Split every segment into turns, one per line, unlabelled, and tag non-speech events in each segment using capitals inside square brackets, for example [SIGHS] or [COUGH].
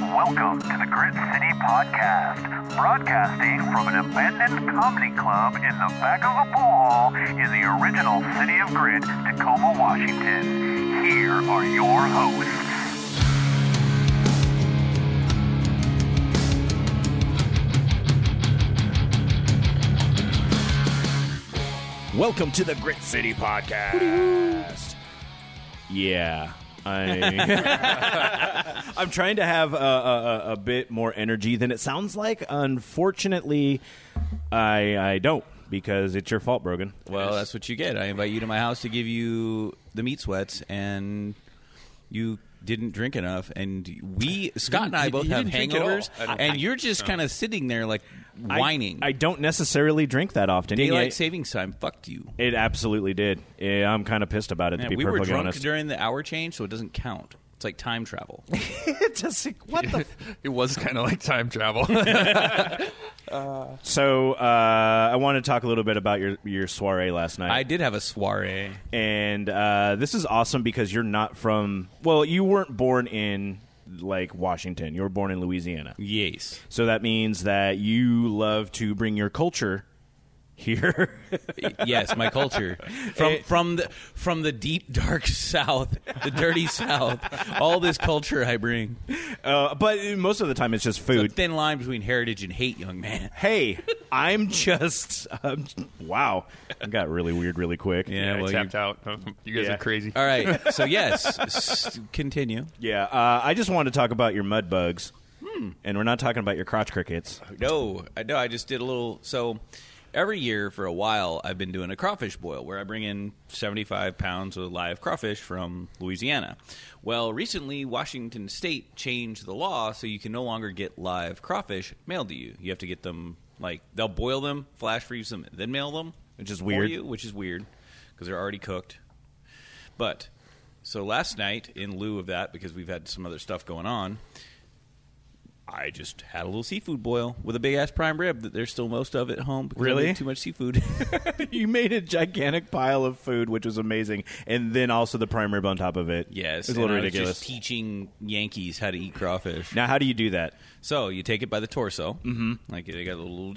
Welcome to the Grit City Podcast, broadcasting from an abandoned comedy club in the back of a pool hall in the original city of Grit, Tacoma, Washington. Here are your hosts.
Welcome to the Grit City Podcast. Yeah. I, [LAUGHS] I'm trying to have a, a, a- a bit more energy than it sounds like. Unfortunately, I, I don't because it's your fault, Brogan.
Well, that's what you get. I invite you to my house to give you the meat sweats, and you didn't drink enough. And
[LAUGHS]
we, Scott and I,
You
both have
didn't drink at all.
hangovers,
I don't
and you're just kind of sitting there like
I-
whining.
I, don't necessarily drink that often.
Daylight
Yeah,
savings time fucked you.
it absolutely did. Yeah, I'm kind of pissed about it, to
Man,
be
we were
perfectly
drunk
honest.
during the hour change, so it doesn't count. It's like time travel.
[LAUGHS] it just, what
[LAUGHS]
the
It was kind of like time travel.
So uh, I want to talk a little bit about your, your soiree last night.
I did have a soiree.
and uh, this is awesome because you're not from well you weren't born in like washington you were born in louisiana
Yes.
so that means that you love to bring your culture here
[LAUGHS]
[LAUGHS]
yes, my culture from from the from the deep dark [LAUGHS] south, the dirty south. All this culture I bring.
uh, but most of the time it's just
A
food
thin line between heritage and hate, young man.
hey i'm just um, wow it got really weird really quick
Yeah, well,
I
you-
tapped out. You guys
Yeah.
are crazy.
all right. So yes, s- continue.
yeah uh, i just wanted to talk about your mud bugs
Hmm.
and we're not talking about your crotch crickets
No, I no, I just did a little. So every year for a while, I've been doing a crawfish boil where I bring in seventy-five pounds of live crawfish from Louisiana. Well, recently Washington State changed the law, so you can no longer get live crawfish mailed to you. You have to get them like they'll boil them, flash freeze them, then mail them,
Which is
for
weird.
you, which is weird because they're already cooked. But so last night, in lieu of that, because we've had some other stuff going on, I just had a little seafood boil with a big ass prime rib that there's still most of at home. Because I
Really?
made too much seafood. [LAUGHS]
[LAUGHS] you made a gigantic pile of food, which was amazing, and then also the prime rib on top of it.
yes,
it's a little
and I was just
ridiculous.
teaching Yankees how to eat crawfish.
now, how do you do that?
So you take it by the torso, mm-hmm. like they got a little,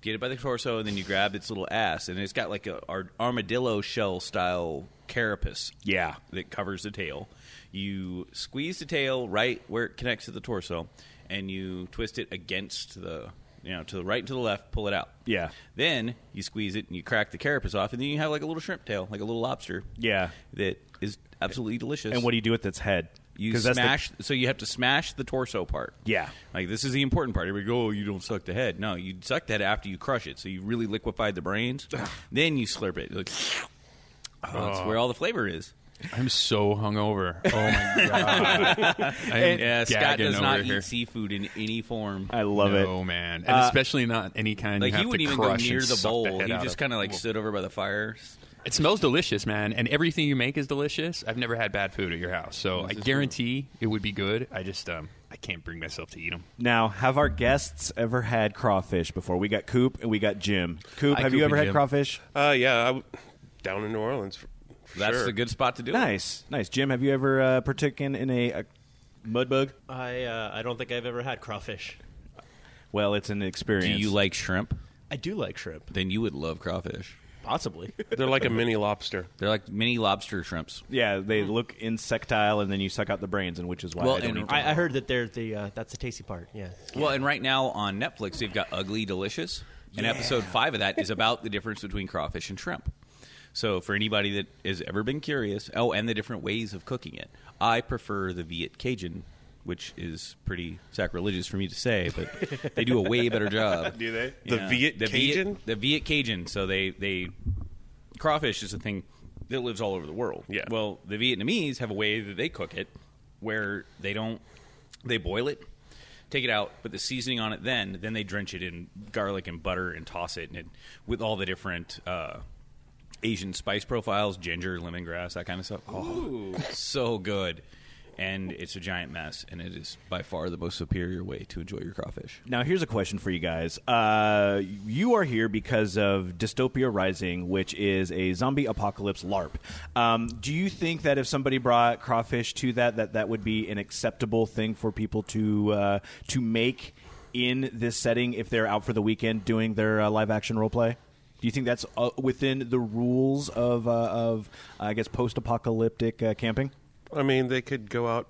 get it by the torso, and then you grab its little ass, and it's got like a ar- armadillo shell style carapace
Yeah,
that covers the tail. You squeeze the tail right where it connects to the torso, and you twist it against the you know to the right and to the left. Pull it out.
Yeah.
Then you squeeze it and you crack the carapace off, and then you have like a little shrimp tail, like a little lobster.
yeah.
That is absolutely delicious.
And what do you do with its head?
you
'Cause that's the-
smash? so you have to smash the torso part.
yeah,
Like this is the important part. Everybody go, oh, you don't suck the head. No, you suck the head after you crush it. So you really liquefied the brains. then you slurp it. Like, [SNIFFS] oh, That's where all the flavor is.
I'm so hungover. [LAUGHS] Oh my [LAUGHS] god. I'm
Yeah, Scott
gagging
does
over
not
here.
eat seafood in any form.
I love
no,
it.
man, and especially not any kind.
Like
you
he
have to
wouldn't even go
crush and
near the
suck
bowl.
head
he
out
just kind of like stood over by the fire.
It smells delicious, man, and everything you make is delicious. I've never had bad food at your house, so I
is
guarantee it would be good. I just um, I can't bring myself to eat them.
Now, have our guests ever had crawfish before? We got Coop and we got Jim. Coop,
Hi,
have
Coop
you ever
and
had
Jim.
crawfish?
Uh, yeah, I w- down in New Orleans. For, for
That's
sure.
the good spot to do it.
Nice, nice. Jim, have you ever uh, partaken in a, a mud bug?
I uh, I don't think I've ever had crawfish.
Well, it's an
Do
experience.
you like shrimp?
I do like shrimp,
Then you would love crawfish.
possibly.
They're like a mini lobster.
They're like mini lobster shrimps.
Yeah, they look insectile, and then you suck out the brains, and which is why
Well,
I don't
and
eat them.
[LAUGHS] I, I heard that they're the uh, that's the tasty part. Yeah,
Well, and right now on Netflix, they've got Ugly Delicious. And episode five of that is about the difference between crawfish and shrimp. So, for anybody that has ever been curious, oh, and the different ways of cooking it. I prefer the Viet Cajun, which is pretty sacrilegious for me to say, but they do a way better
[LAUGHS]
job. Do they?
The Viet Cajun?
the Viet Cajun. So, they, they crawfish is a thing that lives all over the world.
Yeah.
Well, the Vietnamese have a way that they cook it where they don't they boil it, take it out, put the seasoning on it then, then they drench it in garlic and butter and toss it and it, with all the different uh Asian spice profiles, ginger, lemongrass, that kind of stuff. Oh, so good. and it's a giant mess, and it is by far the most superior way to enjoy your crawfish.
Now, here's a question for you guys. Uh, you are here because of Dystopia Rising, which is a zombie apocalypse LARP. Um, do you think that if somebody brought crawfish to that, that that would be an acceptable thing for people to uh, to make in this setting if they're out for the weekend doing their uh, live action role play? Do you think that's uh, within the rules of uh, of I guess post apocalyptic uh, camping?
I mean, they could go out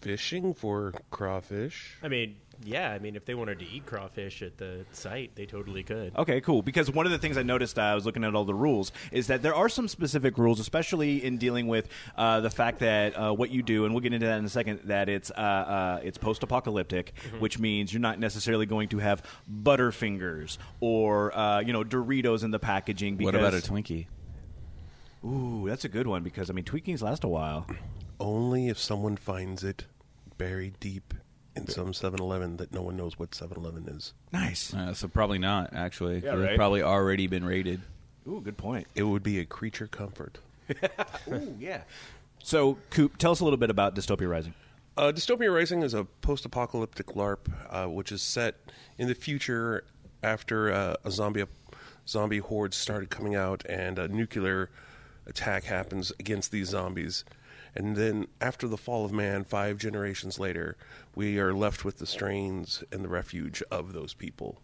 fishing for crawfish.
I mean, yeah. I mean, if they wanted to eat crawfish at the site, they totally could.
Okay, cool. Because one of the things I noticed, uh, I was looking at all the rules, is that there are some specific rules, especially in dealing with uh, the fact that uh, what you do, and we'll get into that in a second, that it's uh, uh, it's post-apocalyptic,
Mm-hmm.
which means you're not necessarily going to have Butterfingers or uh, you know Doritos in the packaging. Because,
What about a Twinkie?
Ooh, that's a good one because I mean Twinkies last a while.
Only if someone finds it buried deep in some 7-Eleven that no one knows what 7-Eleven is.
Nice.
Uh, so probably not actually.
Yeah,
It's
right.
Probably already been rated.
[LAUGHS]
Ooh, good point.
It would be a creature comfort.
Ooh, yeah. So, Coop, tell us a little bit about Dystopia Rising.
Uh, Dystopia Rising is a post-apocalyptic LARP, uh, which is set in the future after uh, a zombie zombie horde started coming out, and a nuclear attack happens against these zombies. And then, after the fall of man, five generations later, we are left with the strains and the refuge of those people.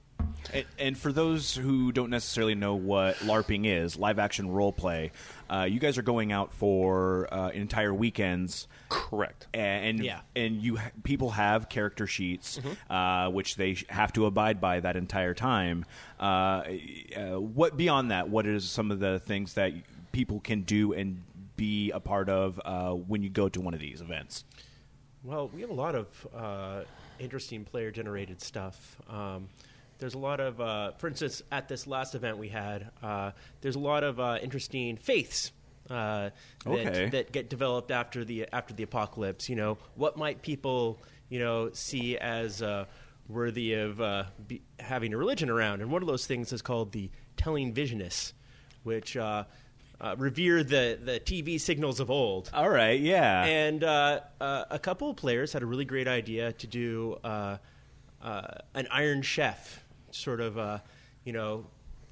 And, and for those who don't necessarily know what LARPing is, live action role play, uh, you guys are going out for uh, entire weekends.
Correct.
And and,
Yeah. Mm-hmm.
and you ha- people have character sheets, uh, which they sh- have to abide by that entire time. Uh, uh, what beyond that? What is some of the things that people can do and be a part of uh, when you go to one of these events?
Well, we have a lot of uh, interesting player generated stuff. Um, there's a lot of, uh, for instance, at this last event we had, uh, there's a lot of uh, interesting faiths. Uh, that,
Okay.
that get developed after the after the apocalypse. You know, what might people you know see as uh, worthy of uh, be, having a religion around? And one of those things is called the telling visionists, which uh, uh, revere the the TV signals of old.
All right, yeah.
And uh, uh, a couple of players had a really great idea to do uh, uh, an Iron Chef, sort of, uh, you know,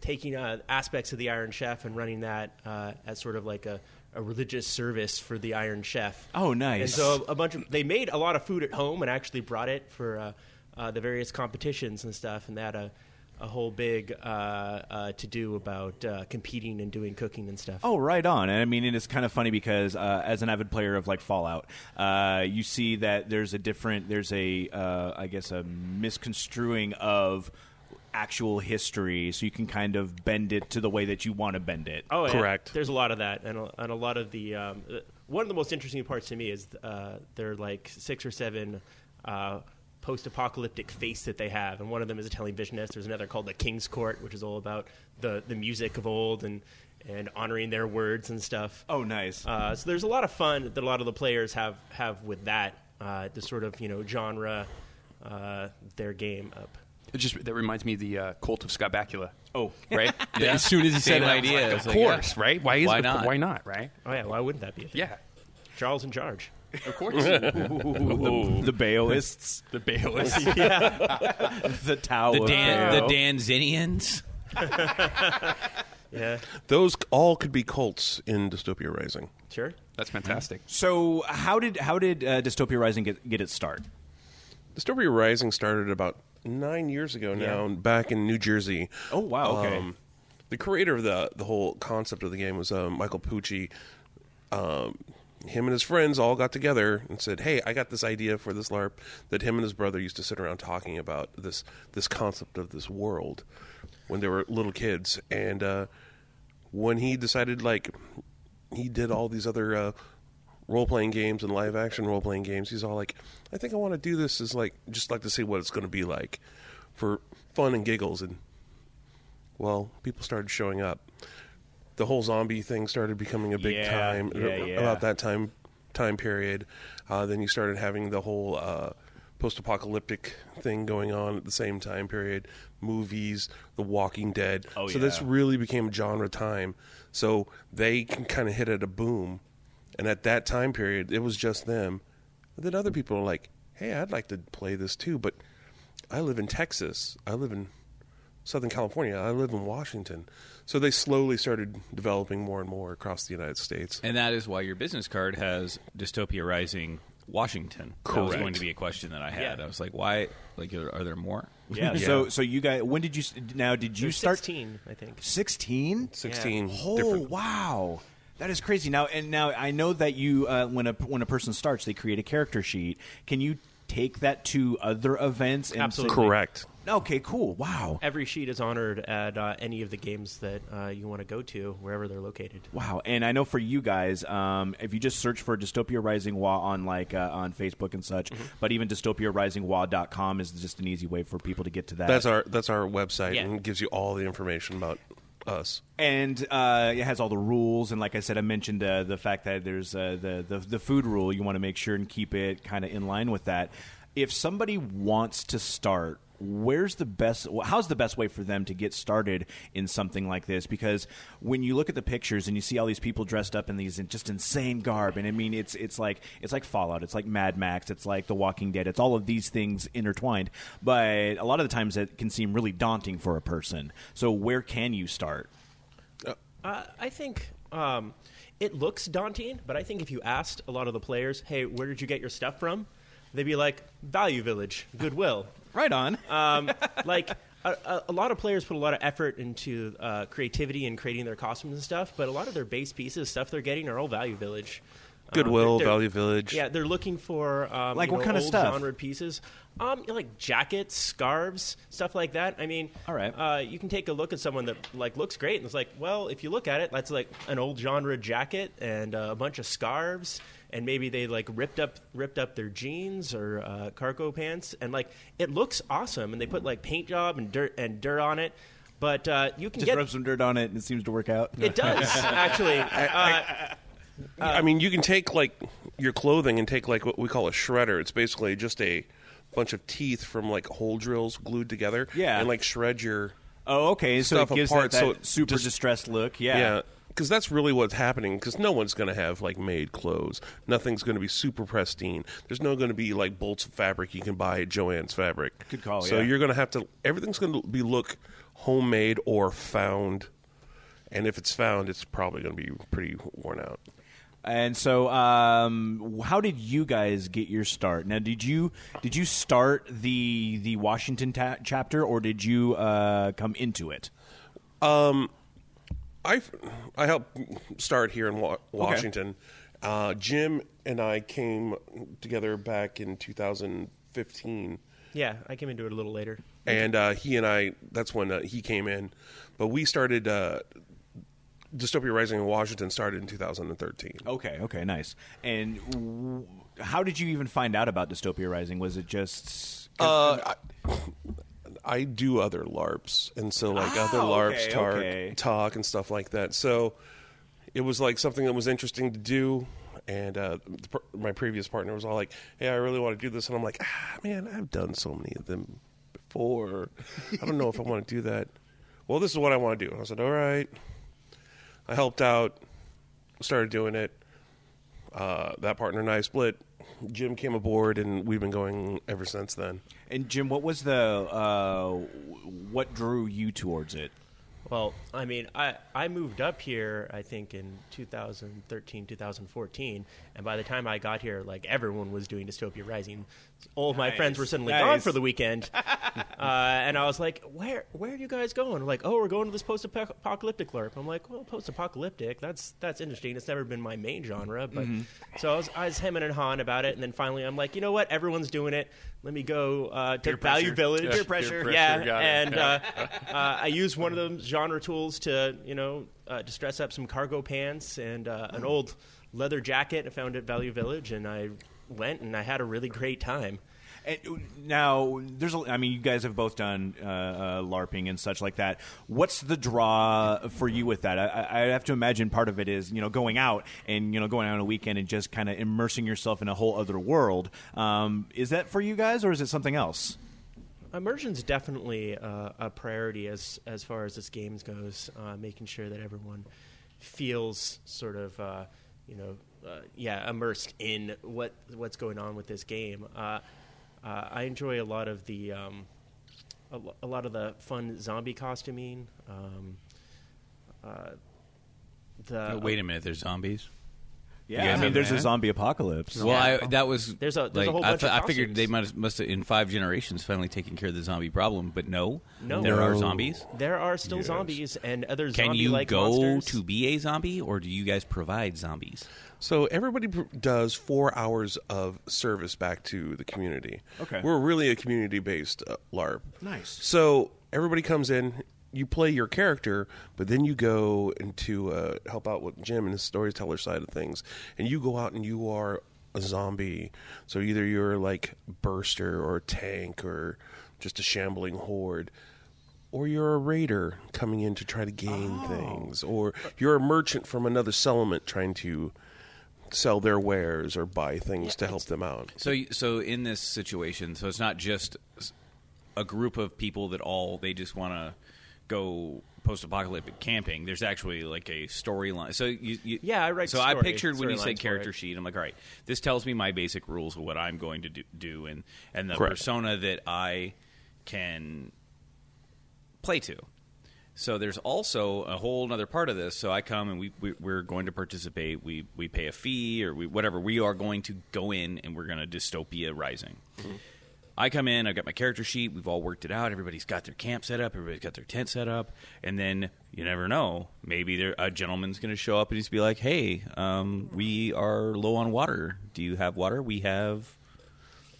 taking uh, aspects of the Iron Chef and running that uh, as sort of like a, a religious service for the Iron Chef.
Oh, nice.
And so a bunch of they made a lot of food at home and actually brought it for uh, uh, the various competitions and stuff, and they had a, a whole big uh, uh, to do about uh, competing and doing cooking and stuff.
Oh, right on. And I mean, it is kind of funny because uh, as an avid player of like Fallout, uh, you see that there's a different, there's a, uh, I guess, a misconstruing of actual history, so you can kind of bend it to the way that you want to bend it.
Oh, yeah.
Correct.
There's a lot of that, and a, and a lot of the um, uh, one of the most interesting parts to me is uh, there are like six or seven uh, post-apocalyptic face that they have, and one of them is a televisionist. There's another called the King's Court, which is all about the the music of old and and honoring their words and stuff.
Oh, nice.
Uh, so there's a lot of fun that a lot of the players have have with that uh, the sort of you know genre uh, their game up.
It just that reminds me of the uh, cult of Scott Bakula.
oh,
[LAUGHS] Right. As soon as he
[LAUGHS]
said
Same
it, I was
idea.
like,
I
of
was like,
course,
yeah.
right? Why is
Why
it-
not?
Why not? Right?
Oh yeah, why wouldn't that be? a thing?
Yeah.
Charles in charge.
Of course. the
the Baoists,
[LAUGHS] Baelists.
the Tower,
The Dan,
Bao.
the Danzinians.
Yeah,
Those all could be cults in Dystopia Rising.
sure.
That's fantastic.
So how did how did uh, Dystopia Rising get get its start?
Dystopia Rising started about nine years ago now, back in New Jersey. Um,
Oh, wow, okay.
the creator of the the whole concept of the game was uh, Michael Pucci. Um, him and his friends all got together and said, "Hey, I got this idea for this LARP that him and his brother used to sit around talking about this this concept of this world when they were little kids." And uh, when he decided, like, he did all these other uh, role playing games and live action role playing games. He's all like, I think I want to do this is like just like to see what it's going to be like for fun and giggles. And well, people started showing up. The whole zombie thing started becoming a big
Yeah,
time
yeah, yeah.
about that time time period. Uh, then you started having the whole uh, post apocalyptic thing going on at the same time period. Movies, The Walking Dead.
Oh,
so this
yeah.
really became genre time. So they can kind of hit at a boom. And at that time period, it was just them. But then other people are like, hey, I'd like to play this too, but I live in Texas. I live in Southern California. I live in Washington. So they slowly started developing more and more across the United States.
And that is why your business card has dystopia rising Washington. That was
Correct.
going to be a question that I had.
Yeah.
I was like, why? Like, are, are there more?
Yeah. [LAUGHS] So so you guys, when did you? s- Now did you
There's
start?
16, I think.
16?
16
Oh
different.
wow, that is crazy. Now and now I know that you uh, when a when a person starts, they create a character sheet. Can you take that to other events? And
Absolutely.
Correct.
Okay, cool. Wow.
Every sheet is honored at uh, any of the games that uh, you want to go to, wherever they're located.
Wow, and I know for you guys, um, if you just search for Dystopia Rising Wa on like uh, on Facebook and such,
Mm-hmm.
but even dystopiarisingwa.com is just an easy way for people to get to that.
That's our that's our website
Yeah.
and gives you all the information about us.
and uh, it has all the rules. And like I said, I mentioned uh, the fact that there's uh, the, the the food rule. You want to make sure and keep it kind of in line with that. If somebody wants to start, where's the best? wh- How's the best way for them to get started in something like this? Because when you look at the pictures and you see all these people dressed up in these just insane garb, and I mean, it's it's like it's like Fallout, it's like Mad Max, it's like The Walking Dead, it's all of these things intertwined. But a lot of the times, it can seem really daunting for a person. So where can you start?
Uh, I think um, it looks daunting, but I think if you asked a lot of the players, hey, where did you get your stuff from? They'd be like, Value Village, Goodwill.
Right on.
Um, [LAUGHS] like, a, a, a lot of players put a lot of effort into uh, creativity and creating their costumes and stuff, but a lot of their base pieces, stuff they're getting, are all Value Village. Um,
Goodwill,
they're-
Value Village.
Yeah, they're looking for um,
Like
you
what
know,
kind of
old
stuff?
genre pieces, um, you know, like jackets, scarves, stuff like that. I mean,
All right.
uh, you can take a look at someone that like looks great, and it's like, well, if you look at it, that's like an old genre jacket and uh, a bunch of scarves, and maybe they like ripped up ripped up their jeans or uh, cargo pants, and like it looks awesome, and they put like paint job and dirt and dirt on it. But uh, you can
Just
get
rub some dirt on it, and it seems to work out.
it does actually. Uh,
I mean, you can take like your clothing and take like what we call a shredder. It's basically just a bunch of teeth from like hole drills glued together.
Yeah.
and like shred your
oh, okay. So
Stuff
it gives
apart,
that,
so
that
it
super
just-
distressed look. Yeah.
yeah. Because that's really what's happening. Because no one's going to have like made clothes. Nothing's going to be super pristine. There's no going to be like bolts of fabric you can buy at Joanne's Fabric.
Good call,
So
yeah.
you're going to have to. Everything's going to be look homemade or found. And if it's found, it's probably going to be pretty worn out.
And so, um, how did you guys get your start? Now, did you did you start the the Washington ta- chapter, or did you uh, come into it?
I I helped start here in Wa- Washington. Uh, Jim and I came together back in 2015,
yeah, I came into it a little later.
and uh, he and I that's when uh, he came in, but we started. Uh, Dystopia Rising in Washington started in 2013.
Okay. Okay. Nice. And w- how did you even find out about Dystopia Rising? Was it just
I do other LARPs, and so like
Ah,
other LARPs
okay,
talk,
okay.
talk and stuff like that. So it was like something that was interesting to do. And uh, the, per- my previous partner was all like, "Hey, I really want to do this," and I'm like, "Ah, man, I've done so many of them before. I don't know if I want to do that." Well, this is what I want to do. And I said, "All right." I helped out, started doing it. Uh, that partner and I split. Jim came aboard, and we've been going ever since then.
and Jim, what was the uh, what drew you towards it?
Well, I mean, I, I moved up here, I think, in 2013, 2014. And by the time I got here, like, everyone was doing Dystopia Rising. All of my friends were suddenly gone
Nice.
for the weekend. uh, and I was like, where where are you guys going? Like, oh, we're going to this post apocalyptic LARP. I'm like, well, post apocalyptic, that's that's interesting. It's never been my main genre. But So I was, I was hemming and hawing about it. And then finally, I'm like, you know what? Everyone's doing it. Let me go uh, to Value
pressure.
Village.
Yeah, Peer pressure. peer
Yeah.
pressure, got it.
and
Yeah. [LAUGHS]
uh, uh, I used one of those genre tools to, you know, uh, just dress up some cargo pants and uh, an old leather jacket I found at Value Village, and I went and I had a really great time.
And uh, now, there's a. I mean, you guys have both done uh, uh, LARPing and such like that. What's the draw for you with that? I- I, I have to imagine part of it is you know going out and you know going out on a weekend and just kind of immersing yourself in a whole other world. Um, is that for you guys, or is it something else?
Immersion's definitely uh, a priority as as far as this game goes, uh, making sure that everyone feels sort of uh, you know, uh, yeah, immersed in what what's going on with this game. Uh, uh, I enjoy a lot of the um, a, lo- a lot of the fun zombie costuming. Um, uh, the uh,
Oh, wait a minute, there's zombies.
Yeah,
Yeah,
I mean, there's a
man.
zombie apocalypse.
Well, I, that was
There's a- there's a
like,
whole
I,
bunch
thought-
of
I figured they
costumes.
must must have, in five generations finally taken care of the zombie problem, but no,
No.
there are
No.
zombies.
there are still zombies and other
Can you
zombie-like
go
monsters.
to be a zombie, or do you guys provide zombies?
So everybody pr- does four hours of service back to the community.
Okay.
we're really a community-based uh, LARP.
Nice.
So everybody comes in, you play your character, but then you go into uh, help out with Jim and his storyteller side of things, and you go out and you are a zombie. So either you're like burster or a tank or just a shambling horde. Or you're a raider coming in to try to gain things, or you're a merchant from another settlement trying to sell their wares or buy things to help them out.
So, you- so in this situation, so it's not just s- a group of people that all they just want to go post-apocalyptic camping. There's actually like a storyline. So, you, you,
Yeah, I write
So I
story-
pictured when you
storylines
said
for
character
it.
sheet, I'm like, all right, this tells me my basic rules of what I'm going to do, do and and the
Correct.
persona that I can play to. So there's also a whole other part of this. So I come and we, we we're going to participate. We we pay a fee or we whatever. We are going to go in and we're going to dystopia rising. I come in. I've got my character sheet. We've all worked it out. Everybody's got their camp set up. Everybody's got their tent set up. And then you never know. Maybe there, a gentleman's going to show up and he's be like, "Hey, um, we are low on water. Do you have water? We have."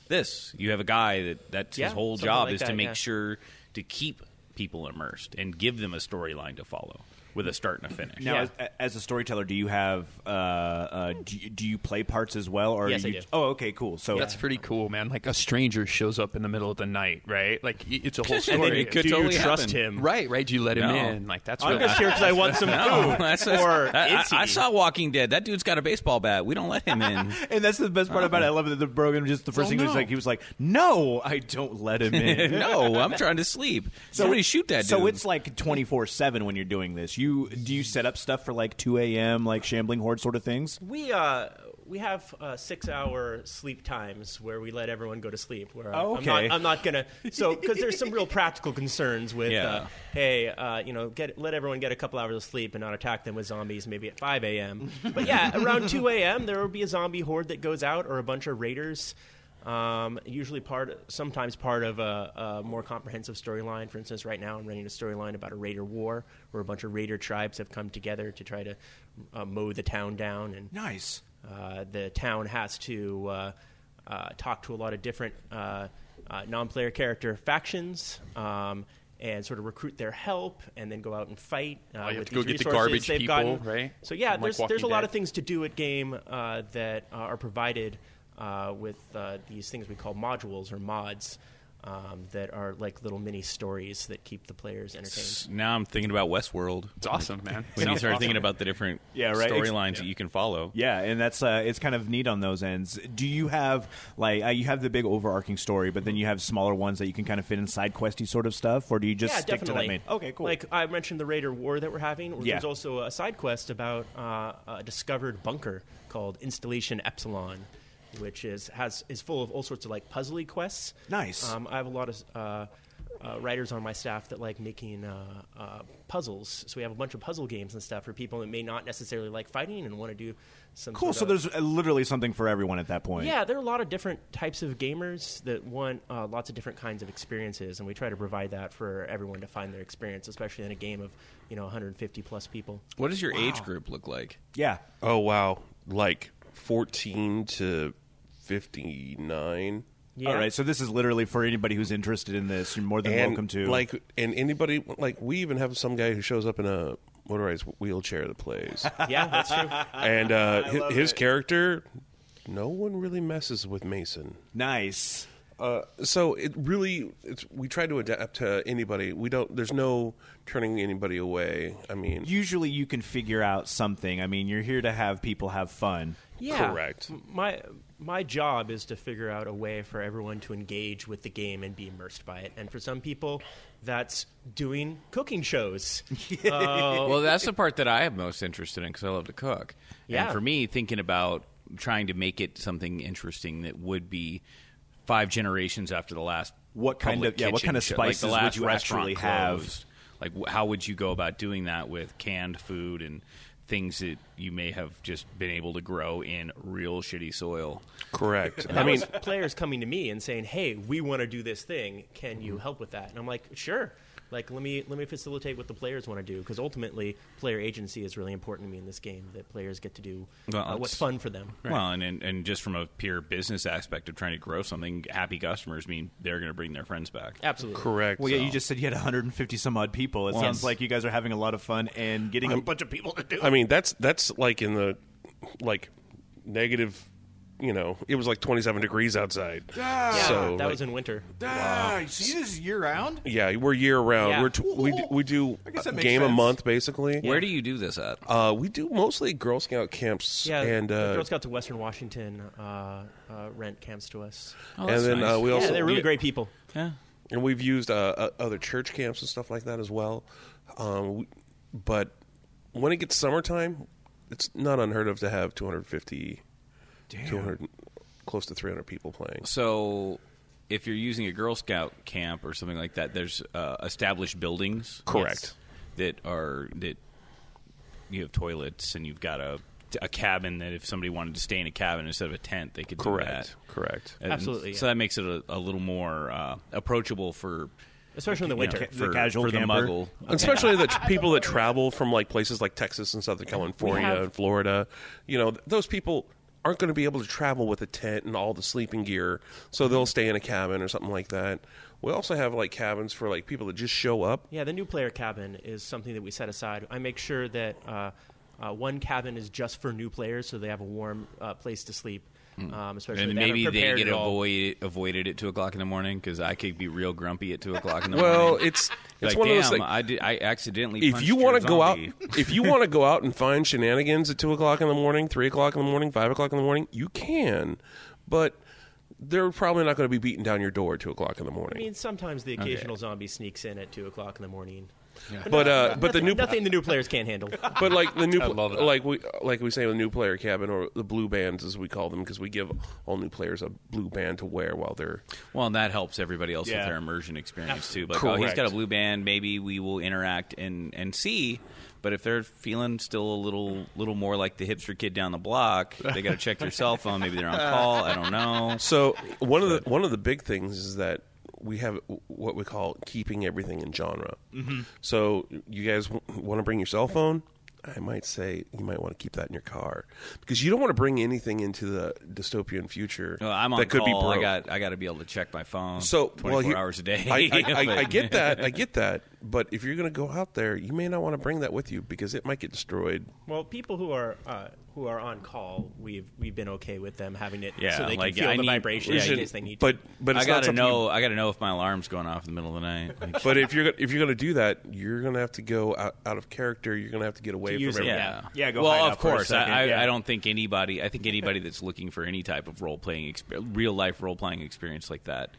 This you have a guy that that's
Yeah,
his whole
something
job
like
is to
that,
make
yeah.
sure sure to keep people immersed and give them a storyline to follow with a start and a finish.
Now,
Yeah.
as, as a storyteller, do you have uh, uh, do, you, do you play parts as well? Or
Yes,
you,
I do.
Oh, okay, cool. So
That's pretty cool, man. Like a stranger shows up in the middle of the night, right? Like y- it's a whole
And then
story.
it could
Do
totally
you trust
happen.
him?
right, right. You let him
No.
in. Like that's
I'm
really
just here
[LAUGHS]
because I want some
No,
food.
[LAUGHS] that's, that's,
or
I,
is
I- I
he?
saw Walking Dead. That dude's got a baseball bat. We don't let him
[LAUGHS]
in.
[LAUGHS] And that's the best part about it. I love that the program just the first
Oh,
thing was
no.
like he was like, "No, I don't let him in."
[LAUGHS] no, I'm trying to sleep. Somebody shoot that dude.
So it's like twenty four seven when you're doing this. You do you set up stuff for like two a.m. like shambling horde sort of things?
We uh we have uh, six hour sleep times where we let everyone go to sleep. Where I-
Oh,
I'm
okay.
not I'm not gonna so because there's some real practical concerns with
Yeah.
uh, hey uh, you know get let everyone get a couple hours of sleep and not attack them with zombies maybe at 5 a.m. But yeah, around 2 a.m. there will be a zombie horde that goes out or a bunch of raiders. Um, usually part sometimes part of a, a more comprehensive storyline. For instance, right now I'm running a storyline about a raider war where a bunch of raider tribes have come together to try to uh, mow the town down and
Nice.
uh, the town has to uh, uh, talk to a lot of different uh, uh, non-player character factions um, and sort of recruit their help, and then go out and fight. Uh,
Oh, you have
with
to go
these
get the
resources
garbage
they've
people,
gotten.
right?
So yeah,
From, like,
there's there's a
Walking
lot of
Dead.
things to do at game uh, that uh, are provided uh, with uh, these things we call modules or mods. Um, that are like little mini stories that keep the players entertained.
now I'm thinking about Westworld.
It's awesome, man.
When you
Sounds
start
awesome.
thinking about the different
Yeah, right. Ex-
storylines that you can follow.
Yeah, and that's uh, it's kind of neat on those ends. Do you have like uh, you have the big overarching story, but then you have smaller ones that you can kind of fit in side questy sort of stuff, or do you just
yeah,
stick to
definitely.
that main? Okay, cool.
Like I mentioned, the Raider War that we're having.
Yeah.
There's also a side quest about uh, a discovered bunker called Installation Epsilon, which is has is full of all sorts of like puzzly quests.
Nice.
Um, I have a lot of. Uh, uh, writers on my staff that like making uh, uh, puzzles, so we have a bunch of puzzle games and stuff for people that may not necessarily like fighting and want to do some
cool.
sort
So
of-
there's uh, literally something for everyone at that point.
yeah, there are a lot of different types of gamers that want uh, lots of different kinds of experiences, and we try to provide that for everyone to find their experience, especially in a game of you know 150 plus people.
What does your age group look like?
yeah.
Oh wow, like fourteen to fifty-nine,
Yeah.
All right. So this is literally for anybody who's interested in this. You're more than
and
welcome to.
like, and anybody like we even have some guy who shows up in a motorized wheelchair
[LAUGHS]
that plays,
[LAUGHS] Yeah, that's true.
and uh, hi- his, character. No one really messes with Mason.
nice.
Uh, so it really, it's, we try to adapt to anybody. We don't. There's no turning anybody away. I mean,
Usually, you can figure out something. I mean, you're here to have people have fun.
Yeah,
Correct.
M- My my job is to figure out a way for everyone to engage with the game and be immersed by it. And for some people, that's doing cooking shows.
[LAUGHS]
well, that's the part that I am most interested in because I love to cook.
Yeah.
And for me, thinking about trying to make it something interesting that would be five generations after the last
What kind
public
of- yeah, what
kitchen
kind of
show- like the
spices would
last
you
restaurant
actually have?
closed. Like, wh- how would you go about doing that with canned food and things that you may have just been able to grow in real shitty soil?
[LAUGHS]
[LAUGHS]
correct.
I mean, players coming to me and saying, "Hey, we want to do this thing. Can you help with that?" And I'm like, "Sure." Like, let me let me facilitate what the players want to do because ultimately, player agency is really important to me in this game. That players get to do
Well,
uh, what's
it's-
fun for them.
Well, and, and and just from a pure business aspect of trying to grow something, happy customers mean they're going to bring their friends back.
Absolutely.
correct.
Well, yeah, you just said you had 150 some odd people. It
Well,
sounds
yes.
like you guys are having a lot of fun and getting a bunch of people to do.
I mean, that's that's like in the like negative. You know, it was like 27 degrees outside.
Yeah,
so
that
like,
was in winter.
Ah, you see, this is year round.
yeah, we're year round.
Yeah.
We're t- we do, we do
I guess
a
that makes
game a
sense.
month basically.
Where do you do this at?
Uh, we do mostly Girl Scout camps
Yeah,
and
the
uh,
Girl Scouts of Western Washington uh, uh, rent camps to us.
Oh,
and
that's
then
nice.
uh, we also
yeah, they're really great people.
Yeah.
and we've used uh, uh, other church camps and stuff like that as well. Um, we- but when it gets summertime, it's not unheard of to have 250, 200, close to 300 people playing.
So, if you're using a Girl Scout camp or something like that, there's uh, established buildings,
Correct.
That are that you have toilets and you've got a a cabin that if somebody wanted to stay in a cabin instead of a tent, they could
Correct.
do
Correct.
that. And
Absolutely,
So
yeah.
that makes it a, a little more uh, approachable for
Especially in the
you
winter.
know,
The
for,
casual
for the
camper.
muggle.
Especially
[LAUGHS]
the t- people that travel from like places like Texas and Southern California
have-
and Florida, you know, th- those people aren't going to be able to travel with a tent and all the sleeping gear, so they'll stay in a cabin or something like that. We also have like cabins for like people that just show up.
Yeah, the new player cabin is something that we set aside. I make sure that uh, uh, one cabin is just for new players, so they have a warm uh, place to sleep.
Hmm.
Um, especially
And
if
maybe
haven't
they
prepared
get
at all.
avoid, avoided at two o'clock in the morning because I could be real grumpy at two o'clock in the morning.
Well, it's it's
like,
one
damn,
of those things.
I, did, I accidentally.
if
punched
you
your
want to go out,
zombie.
[LAUGHS]
[LAUGHS]
if you want to go out and find shenanigans at two o'clock in the morning, three o'clock in the morning, five o'clock in the morning, you can, but they're probably not going to be beating down your door at two o'clock in the
I
morning.
mean, sometimes the occasional zombie sneaks in at two o'clock in the morning.
but uh, but the new
nothing the new players can't
[LAUGHS]
handle.
but like the new
love that.
like we like we say the new player cabin or the blue bands as we call them because we give all new players a blue band to wear while they're
Well, and that helps everybody else
Yeah.
with their immersion experience too. Like, oh, he's
Correct.
got a blue band. Maybe we will interact and and see. But if they're feeling still a little little more like the hipster kid down the block, they got to check their cell phone. Maybe they're on call. I don't know.
So one of the one of the big things is that we have what we call keeping everything in genre. Mm-hmm. So you guys w- want to bring your cell phone? I might say you might want to keep that in your car because you don't want to bring anything into the dystopian future
Well, I'm on
that could
call.
be broke.
I got I got to be able to check my phone.
so
twenty four
well, you-
hours a day.
I,
[LAUGHS]
I, I, I
But-
get that. I get that. But if you're going to go out there, you may not want to bring that with you because it might get destroyed.
well, people who are uh, who are on call, we've we've been okay with them having it
Yeah,
so they can
like,
feel
I
the
need-
vibration
Yeah,
in
you-
case they need.
But
to.
but it's
I gotta
not
know.
know.
I gotta know if my alarm's going off in the middle of the night. Like,
[LAUGHS] But if you're gonna- if you're going to do that, you're going to have to go out, out of character. You're going to have to get away from
use it,
everything.
Yeah,
Yeah, go hide
well,
out
of
for a
course. I
second,
I,
yeah.
I don't think anybody. I think anybody that's looking for any type of role playing, exp- real life role playing experience like that.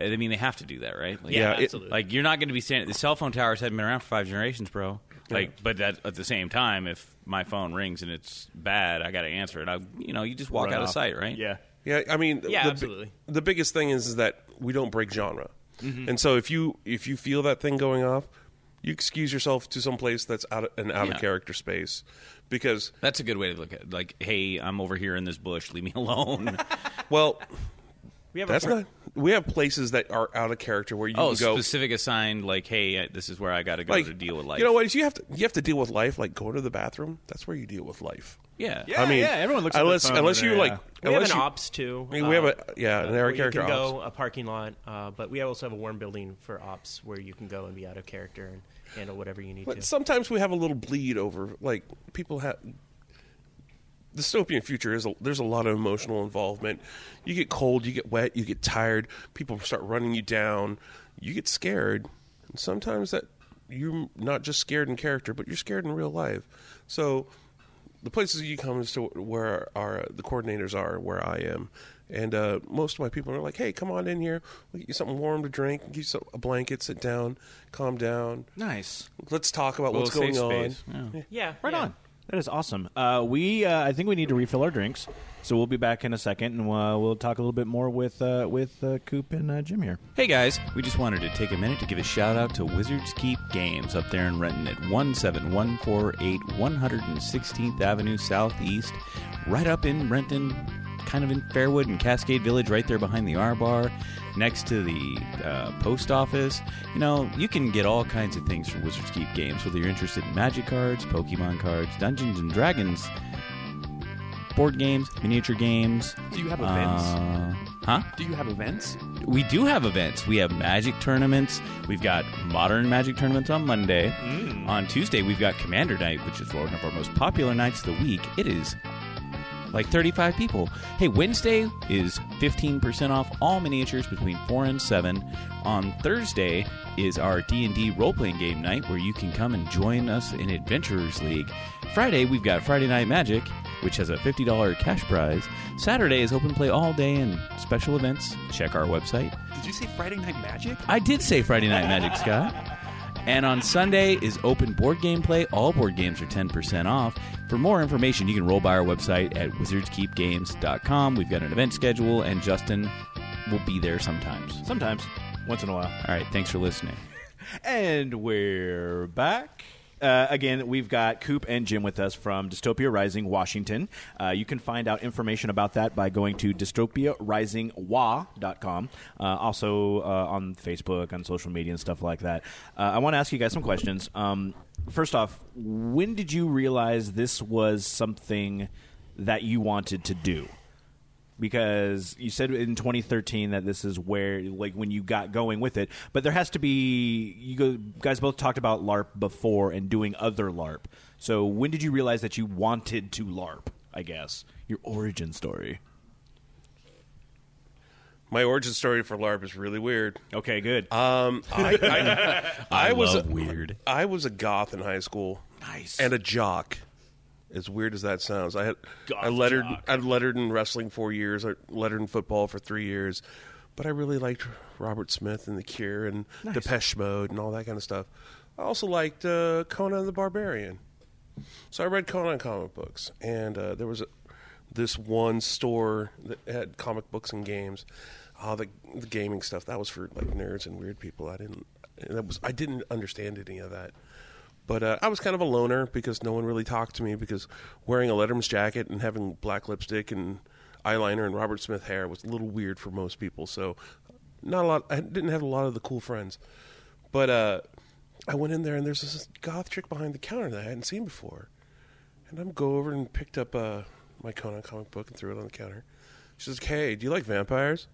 I mean, they have to do that, right? Like,
Yeah,
yeah,
it-
absolutely.
Like you're not going to be standing. The cell phone towers haven't been around for five generations, bro. Like, but that, at the same time, if my phone rings and it's bad, I got to answer it. I, you know, you just walk
Run
out of
off.
sight, right?
Yeah.
Yeah, I mean,
Yeah,
the,
absolutely.
The biggest thing is, is that we don't break genre,
Mm-hmm.
and so if you if you feel that thing going off, you excuse yourself to some place that's out of, an out
Yeah.
of character space, because
That's a good way to look at it. Like, hey, I'm over here in this bush. Leave me [LAUGHS]
[LAUGHS]
alone. [LAUGHS]
well,
we have a
that's
friend-
not. We have places that are out of character where you
oh,
can go.
specific assigned. Like, hey, I- this is where I got to go
like
to deal with life.
You know what? If you have to you have to deal with life, like going to the bathroom. That's where you deal with life.
Yeah.
Yeah,
I mean,
yeah, everyone looks at their
unless
phone
unless
when
you
they're, uh,
like
yeah.
We have
unless
an
you,
ops too. uh,
I mean, we have Uh, a yeah, an
where
error
you can
character ops.
go a parking lot, uh, but we also have a warm building for ops where you can go and be out of character and handle whatever you need
But
to.
sometimes we have a little bleed over, like people have dystopian future is a, there's a lot of emotional involvement. You get cold, you get wet, you get tired. People start running you down. You get scared, and sometimes that you're not just scared in character, but you're scared in real life. So the places you come is to where our the coordinators are, where I am, and uh, most of my people are like, "Hey, come on in here. We'll get you something warm to drink. Give you some, a blanket. Sit down. Calm down.
Nice.
Let's talk about what's
Little
going
safe
on."
space. Yeah.
Yeah,
Right
yeah.
on. That is awesome. Uh, we, uh, I think we need to refill our drinks, so we'll be back in a second, and uh, we'll talk a little bit more with uh, with uh, Coop and uh, Jim here.
Hey guys, we just wanted to take a minute to give a shout out to Wizards Keep Games up there in Renton at 17148 116th Avenue Southeast, right up in Renton, kind of in Fairwood and Cascade Village, right there behind the R Bar, next to the uh, post office. You know, you can get all kinds of things from Wizards Keep Games, whether you're interested in magic cards, Pokemon cards, Dungeons and Dragons, board games, miniature games.
Do you have events?
Uh, huh?
Do you have events?
we do have events. We have magic tournaments. We've got modern magic tournaments on Monday. On Tuesday, we've got Commander Night, which is one of our most popular nights of the week. It is like 35 people. Hey, Wednesday is 15% off all miniatures between 4 and 7. On Thursday is our D&D role-playing game night where you can come and join us in Adventurers League. Friday, we've got Friday Night Magic, which has a $50 cash prize. Saturday is open play all day and special events. Check our website.
Did you say Friday Night Magic?
I did say Friday Night Magic, Scott. And on Sunday is open board game play. All board games are 10% off. For more information, you can roll by our website at wizardskeepgames.com. We've got an event schedule, and Justin will be there sometimes.
Sometimes, once in a while.
All right, thanks for listening.
And we're back. Uh, again, we've got Coop and Jim with us from Dystopia Rising Washington. Uh, you can find out information about that by going to dystopiarisingwa.com. Uh, also uh, on Facebook, on social media, and stuff like that. Uh, I want to ask you guys some questions. Um, first off, when did you realize this was something that you wanted to do? because you said in 2013 that this is where like when you got going with it but there has to be you go, guys both talked about larp before and doing other larp so when did you realize that you wanted to larp i guess your origin story
My origin story for LARP is really weird.
okay good
Um, I, I, I was
love
a-
weird.
I was a goth in high school.
Nice.
And a jock. As weird as that sounds, I had I
Goth
lettered
jock.
I lettered in wrestling four years. I lettered in football for three years, but I really liked Robert Smith and The Cure and Depeche Mode and all that kind of stuff. I also liked uh, Conan the Barbarian. So I read Conan comic books, and uh, there was a, this one store that had comic books and games. All the, the gaming stuff that was for like nerds and weird people. I didn't that was I didn't understand any of that. But uh, I was kind of a loner because no one really talked to me because wearing a Letterman's jacket and having black lipstick and eyeliner and Robert Smith hair was a little weird for most people. So not a lot. I didn't have a lot of the cool friends. But uh, I went in there and there's this goth chick behind the counter that I hadn't seen before. And I'm go over and picked up uh, my Conan comic book and threw it on the counter. She says, "Hey, do you like vampires?"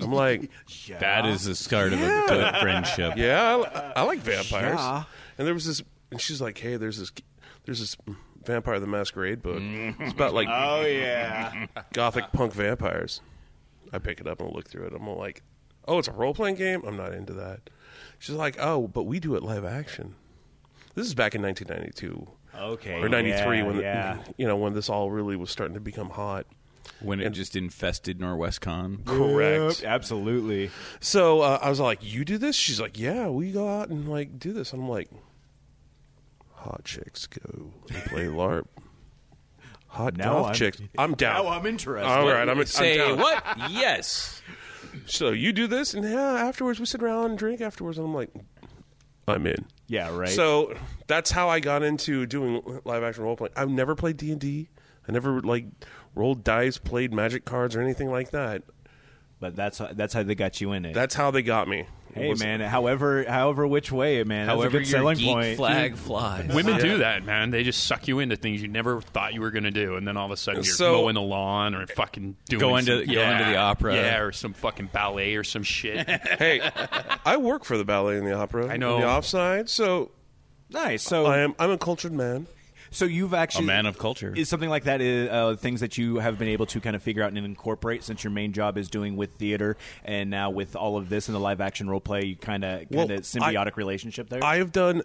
I'm like,
That is the start of a good friendship.
"Yeah, I, li- I like vampires."
Yeah.
And there was this, and she's like, "Hey, there's this, there's this Vampire the Masquerade book. It's about like
oh yeah
gothic punk vampires. I pick it up and look through it. I'm all like, oh, it's a role playing game? I'm not into that. She's like, oh, but we do it live action. This is back in 1992
okay
or 93
yeah,
when the,
yeah.
you know when this all really was starting to become hot.
When it just infested NorwestCon.
Correct.
Yep, absolutely
So uh, I was like, you do this? She's like, yeah, we go out and like do this. I'm like, hot chicks go
[LAUGHS]
and play LARP. Hot
Now
goth
I'm-
chicks. I'm down.
now i'm interested
All right, I'm, I'm
Say
down.
what? Yes.
so you do this and yeah afterwards we sit around and drink afterwards and i'm like i'm in
yeah right
so that's how i got into doing live action role playing i've never played d&d i never like rolled dice played magic cards or anything like that
but that's that's how they got you in it
that's how they got me
hey
Was-
man however however which way man that's
However,
a good
your
selling
geek
point
flag flies.
Women do that, man. They just suck you into things you never thought you were going to do, and then all of a sudden you're
So-
mowing the lawn or fucking doing
Going to-
some,
going to the opera.
yeah, or some fucking ballet or some shit.
hey i work for the ballet and the opera
I know.
in the offside so
nice so
i am i'm a cultured man
So you've actually
A man of culture.
Is something like that is, uh, things that you have been able to kind of figure out and incorporate since your main job is doing with theater and now with all of this and the live action role play, you kind of kind
Well,
of symbiotic relationship there. [LAUGHS]
I have done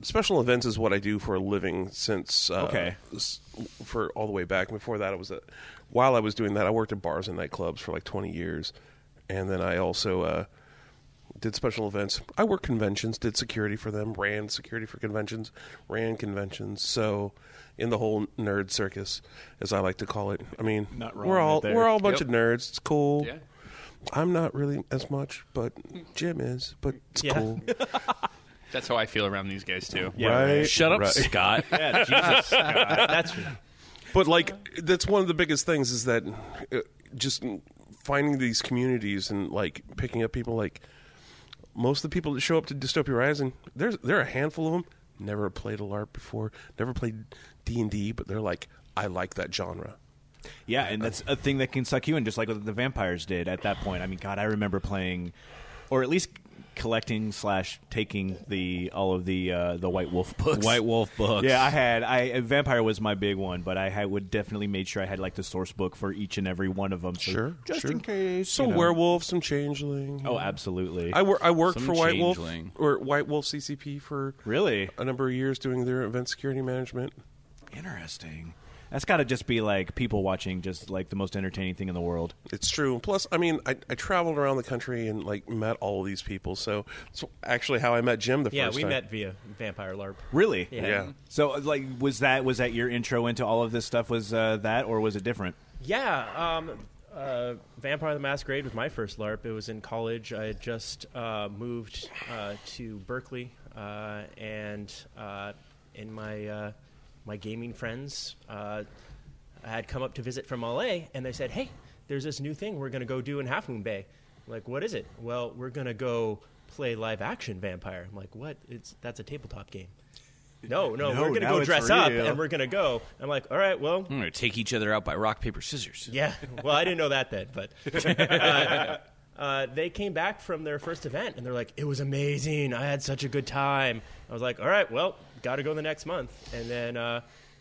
special events is what I do for a living since uh,
Okay.
s- for all the way back. Before that, I was a, while I was doing that, I worked at bars and nightclubs for like twenty years, and then I also uh, did special events. I worked conventions, did security for them, ran security for conventions, ran conventions. So. In the whole nerd circus, as I like to call it, I mean,
Not wrong
we're all
right there.
we're all a bunch
Yep.
of nerds. It's cool.
Yeah.
I'm not really as much, but Jim is. But it's
Yeah.
[LAUGHS]
cool.
That's how I feel around these guys too.
right.
Shut up,
Right.
Scott. [LAUGHS]
That's
But like that's one of the biggest things is that uh, just finding these communities and like picking up people like most of the people that show up to Dystopia Rising, there's there are a handful of them never played a LARP before, never played D and D, but they're like I like that genre.
Yeah, and that's a thing that can suck you in, just like what the vampires did at that point. I mean, God, I remember playing, or at least collecting slash taking the all of the uh, the White Wolf books.
White Wolf books.
Yeah, I had. I Vampire was my big one, but I had, would definitely made sure I had like the source book for each and every one of them. so- just in case.
Some
you know.
werewolf, some changeling.
Oh, absolutely.
I wor- I worked
Some
for White
changeling.
Wolf or White Wolf CCP for
really
a number of years doing their event security management.
interesting. That's got to just be like people watching, just like the most entertaining thing in the world.
It's true. Plus, I mean, I, I traveled around the country and like met all these people. So it's actually how I met Jim the
yeah.
first
We
time.
met via Vampire LARP.
Really?
Yeah.
Yeah.
So, uh, like, was that was that your intro into all of this stuff? Was uh, that, or was it different?
Yeah, um, uh, Vampire the Masquerade was my first LARP. It was in college. I had just uh, moved uh, to Berkeley, uh, and uh, and my uh, my gaming friends uh, had come up to visit from LA, and they said, "Hey, there's this new thing we're going to go do in Half Moon Bay." I'm like, what is it? Well, we're going to go play live action Vampire. I'm like, what? It's that's a tabletop game. No, no,
No,
we're going to
now
go
it's
dress up
real.
and we're going to go. I'm like, all right, well,
I'm going to take each other out by rock, paper, scissors.
yeah. [LAUGHS] Well, I didn't know that then, but uh, uh, they came back from their first event and they're like, "It was amazing. I had such a good time." I was like, "All right, well, got to go the next month." And then uh,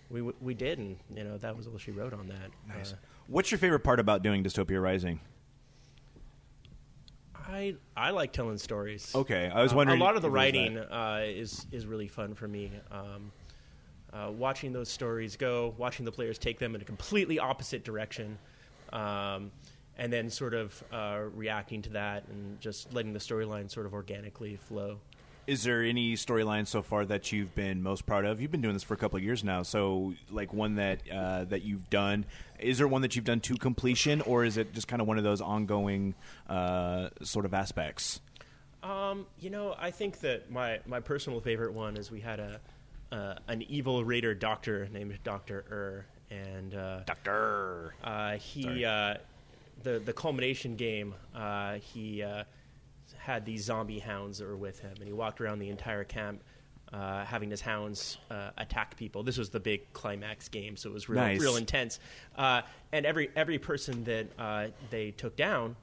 we w- we did, and you know that was all she wrote on that. Uh,
What's your favorite part about doing Dystopia Rising?
I I like telling stories.
Okay, I was
Um,
wondering
a lot of
if
the
it was
writing uh, is is really fun for me. Um, uh, watching those stories go, watching the players take them in a completely opposite direction, um, and then sort of uh, reacting to that and just letting the storyline sort of organically flow.
Is there any storyline so far that you've been most proud of? You've been doing this for a couple of years now, so like one that uh, that you've done. Is there one that you've done to completion, or is it just kind of one of those ongoing uh, sort of aspects?
Um, you know, I think that my, my personal favorite one is we had a uh, an evil raider doctor named Doctor Ur, and uh, Doctor uh, he uh, the the culmination game uh, he uh, had these zombie hounds that were with him, and he walked around the entire camp. Uh, having his hounds uh, attack people. This was the big climax game, so it was real,
Nice.
real intense. Uh, and every every person that uh, they took down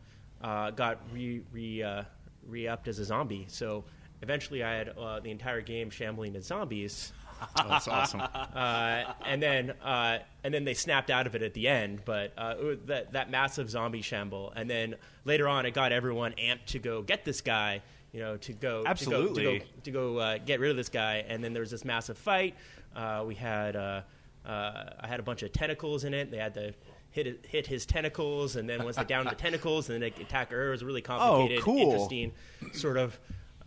uh, got re re uh, re upped as a zombie. So eventually, I had uh, the entire game shambling as zombies,
Oh, that's awesome.
uh, and then uh, and then they snapped out of it at the end. But uh, it was that that massive zombie shamble, and then later on, it got everyone amped to go get this guy. You know, to go to go- to
Absolutely.
go, to go uh, get rid of this guy. And then there was this massive fight. Uh, we had uh, uh, I had a bunch of tentacles in it. They had to hit hit his tentacles, and then once they
[LAUGHS]
downed the tentacles, and then they attack her. It was a really complicated,
Oh, cool.
interesting sort of.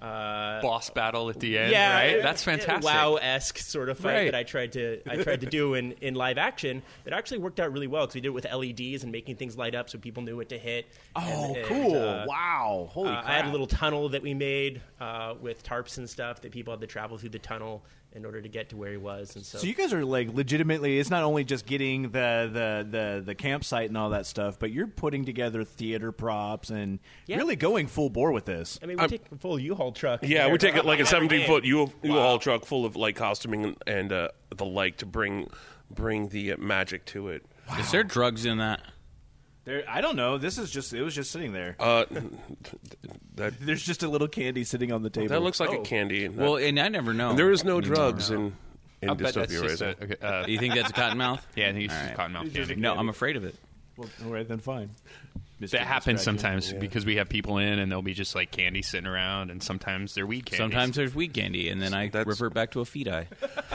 Uh,
Boss battle at the end,
yeah,
right?
it-
That's
it-
fantastic.
Wow-esque sort of fight
Right.
that I tried to
[LAUGHS]
I tried to do in, in live action that actually worked out really well because we did it with LEDs and making things light up so people knew what to hit.
Oh,
And- and,
cool!
uh,
wow, holy
uh,
crap!
I had a little tunnel that we made uh, with tarps and stuff that people had to travel through the tunnel in order to get to where he was, and so,
So you guys are like legitimately. It's not only just getting the the the, the campsite and all that stuff, but you're putting together theater props and
Yeah.
really going full bore with this.
I mean, we take a full U-Haul truck.
Yeah,
there.
we take it
[LAUGHS]
like a
Every
17
day.
foot U haul truck full of like costuming and, and uh, the like to bring bring the uh, magic to it.
Is there drugs in that?
There, I don't know. This is just it was just sitting there.
Uh, that
There's just a little candy sitting on the table.
that looks like
Oh.
a candy.
Well, and I never know.
there is no
anymore.
drugs in in
I bet that's
Dystopia
just
Rising.
a, okay, uh,
You think that's a cottonmouth?
[LAUGHS] yeah, I think it's
All
just
right.
cottonmouth candy.
No, I'm afraid of it.
Well, all right, then fine. Mr.
That happens
Distraction.
sometimes because we have people in and they'll be just like candy sitting around, and sometimes they're weed candies.
Sometimes there's weed candy, and then I
That's-
revert back to a feed eye.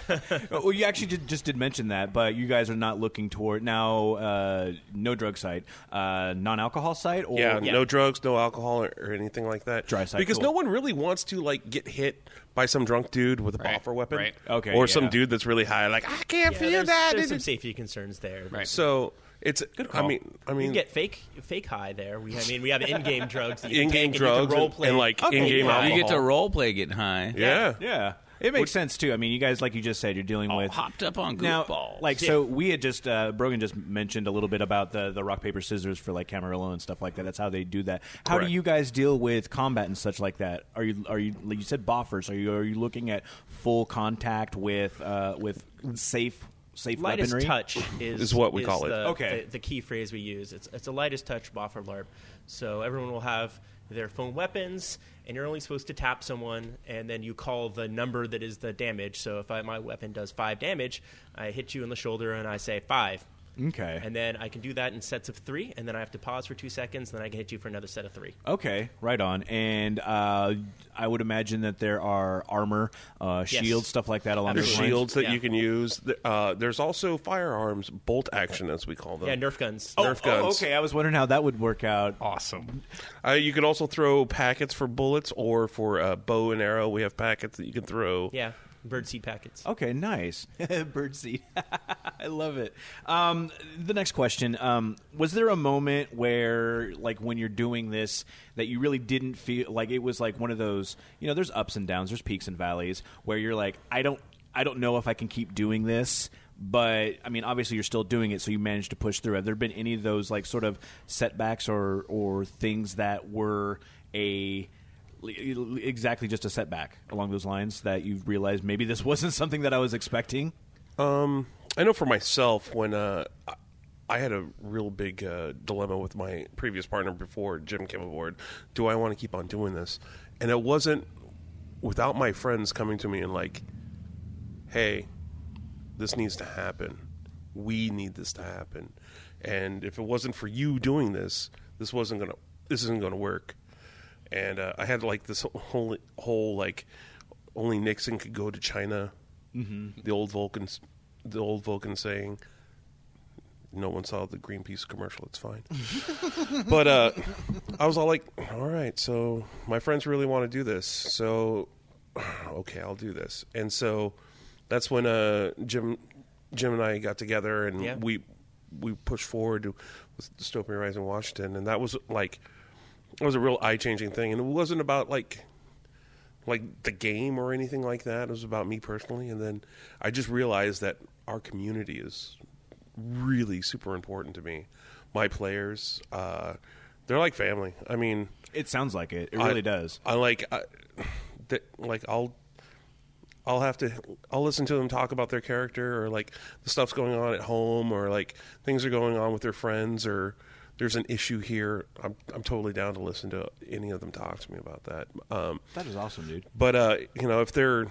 Oh, Well, you actually did, just did mention that, but you guys are not looking toward now. Uh, no drug site, uh, non-alcohol site, or
yeah, no drugs, no alcohol, or, or anything like that.
Dry side,
because
cool.
no one really wants to like get hit by some drunk dude with a
Right,
boffer weapon,
right.
Okay,
or
yeah.
some dude that's really high. Like I can't
Yeah,
feel
there's,
that.
there's
It-
some safety concerns there.
Right.
So it's good. I
call.
mean, I
You
mean,
can get fake fake high there. We, I mean, we have in-game drugs. that you can
in-game
take and you can
drugs
role
and,
play.
and, like
Okay,
in-game
yeah.
alcohol.
You get to role play getting high.
yeah.
yeah, it makes sense too. I mean, you guys, like you just said, you're dealing
All
with
hopped up on
now,
goofballs.
like so we had just uh, Brogan just mentioned a little bit about the the rock paper scissors for like Camarillo and stuff like that. That's how they do that. How
Correct.
do you guys deal with combat and such like that? Are you are you you said boffers? Are you are you looking at full contact with uh, with safe safe
lightest
weaponry?
touch is,
Is what we call it.
The,
Okay.
the, the key phrase we use. It's it's a lightest touch boffer larp. So everyone will have their phone weapons, and you're only supposed to tap someone, and then you call the number that is the damage. So if I, my weapon does five damage, I hit you in the shoulder, and I say five.
Okay.
And then I can do that in sets of three, and then I have to pause for two seconds, and then I can hit you for another set of three.
Okay, right on. And uh, I would imagine that there are armor, uh,
Yes.
shields, stuff like that along
There's
those lines.
shields that
Yeah.
you can use. Th- Uh, there's also firearms, bolt action as we call them.
Yeah, Nerf guns.
Oh,
Nerf
oh,
guns.
okay, I was wondering how that would work out.
awesome.
Uh, you can also throw packets for bullets or for uh, bow and arrow. We have packets that you can throw.
Yeah, birdseed packets.
Okay, nice. [LAUGHS] Birdseed. I love it. Um, the next question um, Was there a moment where, like, when you're doing this, that you really didn't feel like it was like one of those, you know, there's ups and downs, there's peaks and valleys where you're like, I don't, I don't know if I can keep doing this. But I mean, obviously, you're still doing it, so you managed to push through. Have there been any of those like sort of setbacks or or things that were a exactly just a setback along those lines that you've realized maybe this wasn't [LAUGHS] something that I was expecting?
I know for myself when uh, I- I had a real big uh, dilemma with my previous partner before Jim came aboard. Do I want to keep on doing this? And it wasn't without my friends coming to me and like, "Hey, this needs to happen. We need this to happen. And if it wasn't for you doing this, this wasn't gonna. This isn't gonna work." And uh, I had like this whole whole like only Nixon could go to China. Mm-hmm. The old Vulcan, the old Vulcan saying. No one saw the Greenpeace commercial. It's fine. [LAUGHS] but uh, I was all like, all right, so my friends really want to do this. So, [SIGHS] okay, I'll do this. And so that's when uh, Jim, Jim and I got together and
Yeah.
we we pushed forward to- with Dystopia Rising Washington. And that was like, that was a real eye changing thing. And it wasn't about like, like the game or anything like that. It was about me personally. And then I just realized that our community is really super important to me. My players, uh, they're like family. I mean,
It sounds like it. It really
I-
does.
I like, I, that, like I'll, I'll have to, I'll listen to them talk about their character or like the stuff's going on at home or like things are going on with their friends or there's an issue here. I'm, I'm totally down to listen to any of them talk to me about that. Um,
That is awesome, dude.
but uh, you know, if they're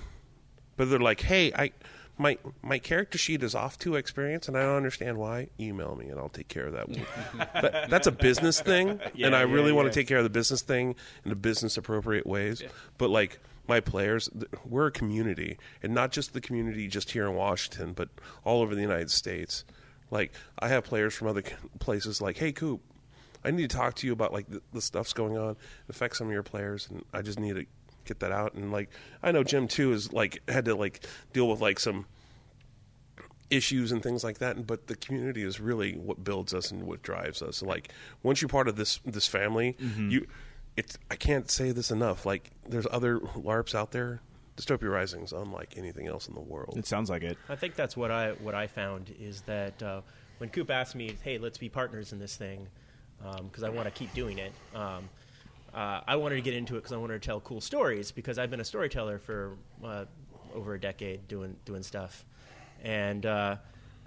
but they're like, hey, I my my character sheet is off to experience, and I don't understand why. Email me, and I'll take care of that. that that's a business thing, and I really want to take care of the business thing in the business appropriate ways. But like my players, th- we're a community, and not just the community just here in Washington, but all over the United States. Like I have players from other c- places, like, hey, Coop, I need to talk to you about like the, the stuff's going on, it affects some of your players, and I just need to get that out. And like, I know Jim too is like had to like deal with like some issues and things like that. And but the community is really what builds us and what drives us. Like once you're part of this this family, you it's I can't say this enough. Like there's other LARPs out there. Dystopia Rising is unlike anything else in the world.
It sounds like it.
I think that's what I what I found is that uh, when Coop asked me, "Hey, let's be partners in this thing," because I want to keep doing it. Um, uh, I wanted to get into it because I wanted to tell cool stories because I've been a storyteller for uh, over a decade doing doing stuff, and uh,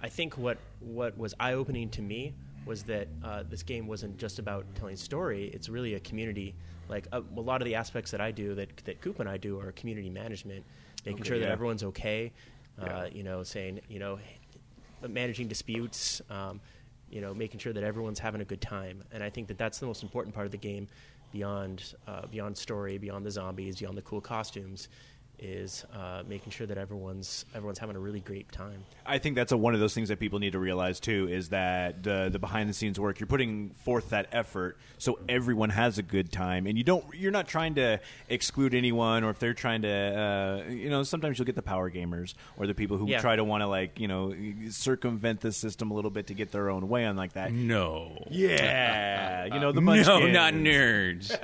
I think what what was eye opening to me was that uh, this game wasn't just about telling story; it's really a community. Like a, a lot of the aspects that I do, that that Coop and I do, are community management, making
Okay,
sure that
yeah.
everyone everyone's okay, uh, you know, saying, you know, managing disputes, um, you know, making sure that everyone's having a good time. And I think that that's the most important part of the game, beyond uh, beyond story, beyond the zombies, beyond the cool costumes, is uh, making sure that everyone's everyone's having a really great time.
I think that's a, one of those things that people need to realize too is that uh, the behind the scenes work you're putting forth that effort so everyone has a good time and you don't you're not trying to exclude anyone or if they're trying to uh, you know sometimes you'll get the power gamers or the people who
Yeah.
try to want to like you know circumvent the system a little bit to get their own way on like that
No.
yeah you
[LAUGHS]
know the
no,
bunch
not nerds.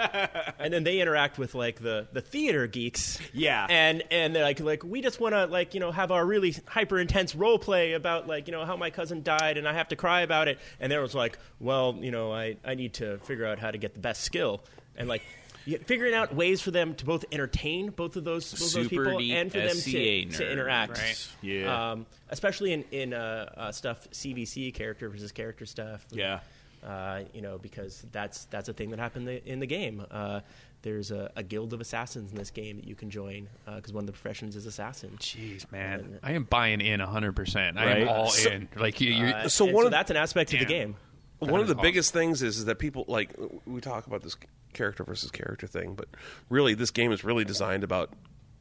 and then they interact with like the, the theater geeks.
Yeah.
And and they're like like we just want to like you know have our really hyper intense role play about like you know how my cousin died and I have to cry about it. And there was like, well, you know, I I need to figure out how to get the best skill and like. y- Figuring out ways for them to both entertain both of those, both of those
Super
people
deep
and for them
SCA
to, to
nerd,
interact.
right?
Yeah.
Um, especially in, in uh, uh, stuff, CVC, character versus character stuff
Yeah.
uh, you know, because that's that's a thing that happened the, in the game. Uh, there's a, a guild of assassins in this game that you can join because one of the professions is assassin.
Jeez, man, I am buying in 100%. I
Right?
am all
So-
in. Like you, you
So
And
one
so
of-
that's an aspect of the
Damn.
game.
one of
is
the
awesome.
biggest things is, is that people like we talk about this character versus character thing but really this game is really designed about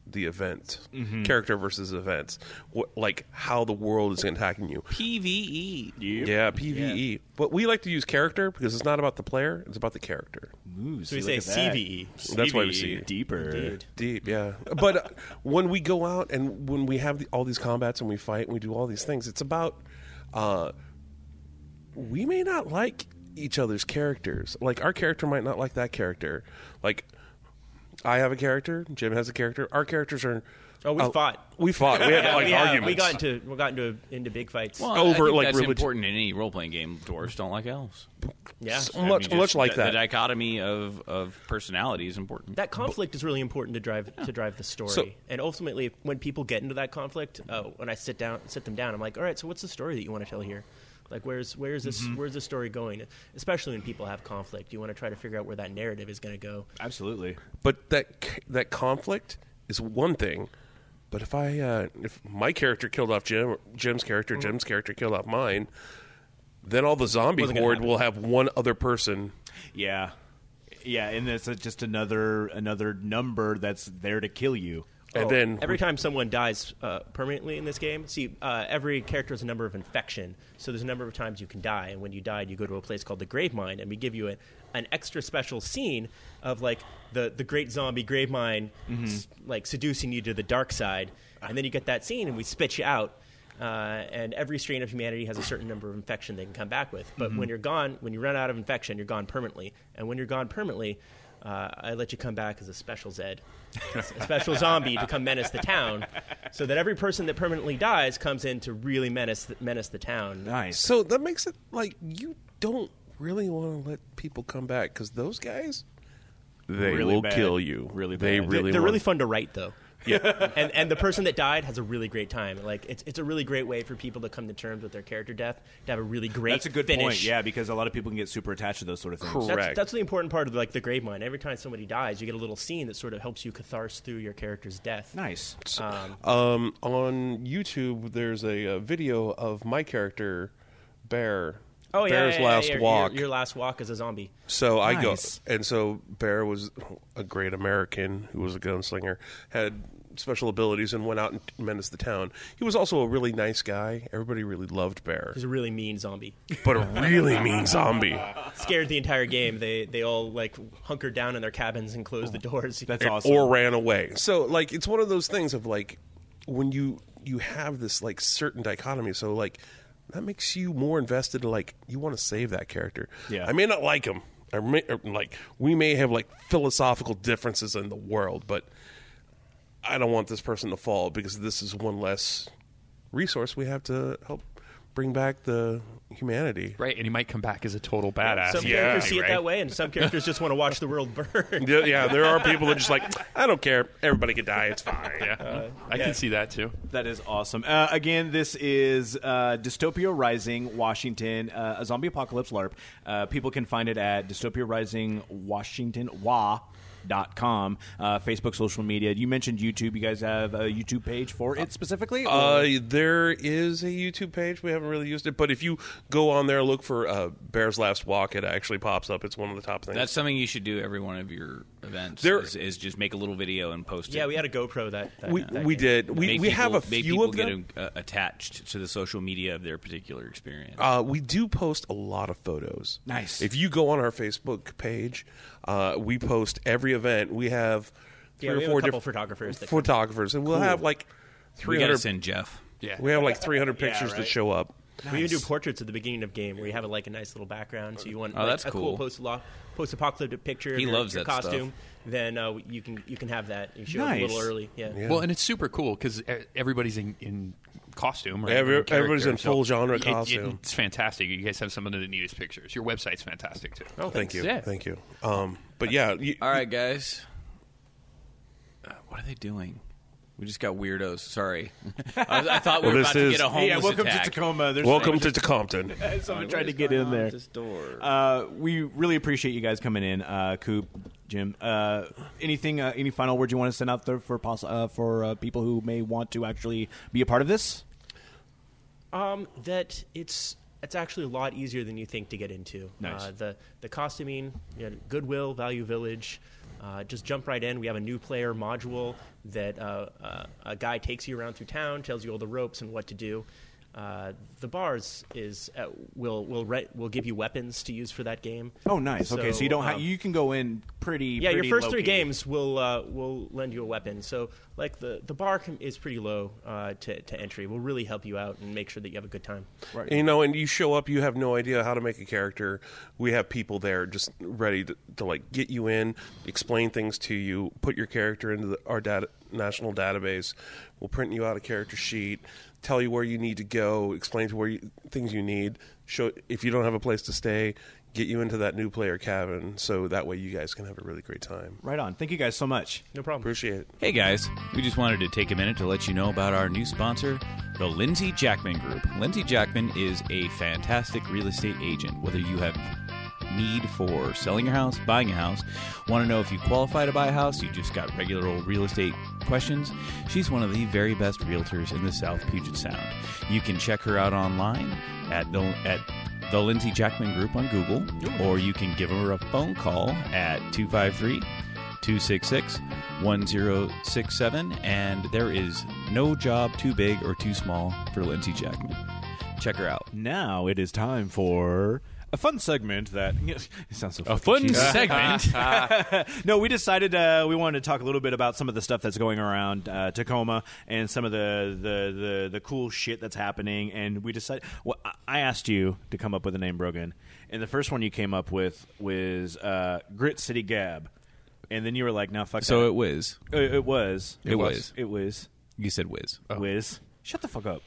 the event character versus events what, like how the world is attacking you
PVE.
yeah pve but we like to use character because it's not about the player it's about the character
Ooh,
So we
look
say E.
at that.
CVE.
that's why we see
deeper
Dude.
deep yeah but uh, when we go out and when we have the, all these combats and we fight and we do all these things it's about uh, we may not like each other's characters like our character might not like that character like i have a character jim has a character our characters are
Oh, we
uh,
fought.
we fought we had
[LAUGHS] Yeah,
like
we, uh,
arguments
we got into we got into into big fights.
Well,
Over,
I think
like,
that's
religion.
important in any role playing game. Dwarves don't like elves.
yeah,
so
I
much
mean, just
much like
the,
that
The dichotomy of, of personality is important.
that conflict is really important to drive to drive the story.
So-
and ultimately, when people get into that conflict, uh, when I sit down, sit them down, I'm like, all right, so what's the story that you want to tell here? Like, where's where's this
Mm-hmm.
where's the story going? Especially when people have conflict, you want to try to figure out where that narrative is going to go.
absolutely
but that c- that conflict is one thing. But if I uh, if my character killed off Jim, Jim's character,
Mm-hmm.
Jim's character killed off mine, then all the zombie
Wasn't gonna
horde
happen.
will have one other person.
Yeah, yeah, and it's uh, just another another number that's there to kill you.
And then
Oh. every time someone dies uh, permanently in this game, see, uh, every character has a number of infection. So there's a number of times you can die, and when you die, you go to a place called the Grave Mine, and we give you a, an extra special scene of like the the great zombie Grave Mine,
Mm-hmm.
s- like seducing you to the dark side, and then you get that scene, and we spit you out. Uh, and every strain of humanity has a certain number of infection they can come back with. But
Mm-hmm.
when you're gone, when you run out of infection, you're gone permanently. And when you're gone permanently, uh, I let you come back as a special Zed, a
[LAUGHS]
special zombie to come menace the town, so that every person that permanently dies comes in to really menace the, menace the town.
Nice.
so that makes it like you don't really want to let people come back because those guys they
Really
will
bad.
kill you.
Really
they
bad.
They're-
really
they're
want-
really fun to write though. Yeah, [LAUGHS] and and the person that died has a really great time. Like it's it's a really great way for people to come to terms with their character death to have a really great.
That's a good
finish.
point. Yeah, because a lot of people can get super attached to those sort of things.
Correct.
That's, that's the important part of like the grave mine. Every time somebody dies, you get a little scene that sort of helps you catharse through your character's death.
Nice.
Um, on YouTube, there's a, uh video of my character, Bear.
Oh yeah,
Bear's
yeah, yeah,
last
yeah, your-
walk.
Your, your last walk as a zombie.
So I go,
Nice.
and so Bear was a great American who was a gunslinger, had special abilities, and went out and menaced the town. He was also a really nice guy. Everybody really loved
[LAUGHS]
Bear,
He's a really mean zombie.
but a really mean zombie.
Scared the entire game. They they all like hunkered down in their cabins and closed the doors.
That's
and-
awesome.
or ran away. So like it's one of those things of like when you you have this like certain dichotomy. So like that makes you more invested. in, Like you want to save that character.
Yeah.
I may not like him. I may, or, like we may have like philosophical differences in the world, but I don't want this person to fall because this is one less resource we have to help bring back the humanity.
right, and he might come back as a total badass.
some
Yeah,
characters see
right?
it that way, and some characters just want to watch the
[LAUGHS]
world burn.
Yeah, yeah, there are people that just like I don't care. Everybody can die. It's fine.
[LAUGHS] Yeah, I
Uh, yeah.
can see that too.
That is awesome. Uh, again, this is uh, Dystopia Rising Washington, uh, a zombie apocalypse LARP. Uh, people can find it at Dystopia Rising Washington, wa, com. Uh, Facebook, social media. You mentioned YouTube. You guys have a YouTube page for it specifically? or-
Uh, there is a YouTube page. We haven't really used it, but if you go on there, look for uh, Bears Last Walk. It actually pops up. It's one of the top things.
That's something you should do every one of your events.
There-
is, is just make a little video and post it.
Yeah, we had a GoPro that. that
we
that
we
game.
did. We
Make
we
people-
have a
make
few
people
of them.
get uh, attached to the social media of their particular experience.
Uh, we do post a lot of photos.
Nice.
If you go on our Facebook page, uh, we post every event. We have three
Yeah,
or
we have a
four
couple
different
photographers that come.
photographers, and we'll have like
we gotta
300
send Jeff.
Yeah.
We have like 300 pictures that
right.
show up.
We even do portraits at the beginning of game where you have like a nice little background. So you want
Oh,
like,
that's
a
cool.
cool post post apocalyptic picture. of
He
your,
loves
your
that stuff.
costume. Then uh, you can you can have that. You show up a
Nice.
little early. Yeah.
Well, and it's super cool because everybody's in, in costume. Or
Every-
in character,
everybody's in full genre
it- it-
costume.
it's fantastic. You guys have some of the neatest pictures. Your website's fantastic too.
Oh, thank you,
Yeah.
thank you. Um, but yeah, you,
[LAUGHS] All right, guys. Uh, what are they doing? We just got weirdos. Sorry, [LAUGHS] I, was- I thought we were
Well,
about
this
to
is-
get a homeless
yeah, welcome
attack.
to Tacoma. There's
welcome to Compton.
Someone tried to get in there.
This door.
Uh, we really appreciate you guys coming in, uh, Coop, Jim. Uh, anything? Uh, any final words you want to send out there for poss- uh, for uh, people who may want to actually be a part of this?
Um, that it's it's actually a lot easier than you think to get into.
Nice.
Uh, the the costuming, you know, Goodwill, Value Village, uh, just jump right in. We have a new player module that uh, uh, a guy takes you around through town, tells you all the ropes and what to do. Uh, the bars is uh, will will re- will give you weapons to use for that game.
Oh, nice. okay, so you don't. ha-
um,
you can go in pretty.
yeah, your
pretty
first three
low-key.
games will uh, will lend you a weapon. So like the the bar can, is pretty low uh, to to entry. We'll really help you out and make sure that you have a good time.
You know, and you show up, you have no idea how to make a character. We have people there just ready to, to like get you in, explain things to you, put your character into the, our data, national database. We'll print you out a character sheet, tell you where you need to go, explain to where you, things you need. Show if you don't have a place to stay, get you into that new player cabin, so that way you guys can have a really great time.
Right on. Thank you guys so much.
No problem.
Appreciate it.
Hey guys, we just wanted to take a minute to let you know about our new sponsor, the Lindsay Jackman Group. Lindsay Jackman is a fantastic real estate agent. Whether you have need for selling your house, buying a house, want to know if you qualify to buy a house, you just got regular old real estate questions, she's one of the very best realtors in the South Puget Sound. You can check her out online at the at the Lindsay Jackman Group on Google, or you can give her a phone call at 253 266 1067. And there is no job too big or too small for Lindsay Jackman. Check her out.
Now it is time for a fun segment that [LAUGHS] it sounds so
A
fucking
fun
cheesy. [LAUGHS]
segment.
no, we decided uh, we wanted to talk a little bit about some of the stuff that's going around uh, Tacoma and some of the, the, the, the cool shit that's happening. And we decided, well, I- I asked you to come up with a name, Brogan. And the first one you came up with was uh, Grit City Gab. And then you were like, no, fuck
so
that.
it whiz.
it, it was.
It was.
It was.
You said whiz.
Wiz. Oh. Shut the fuck up.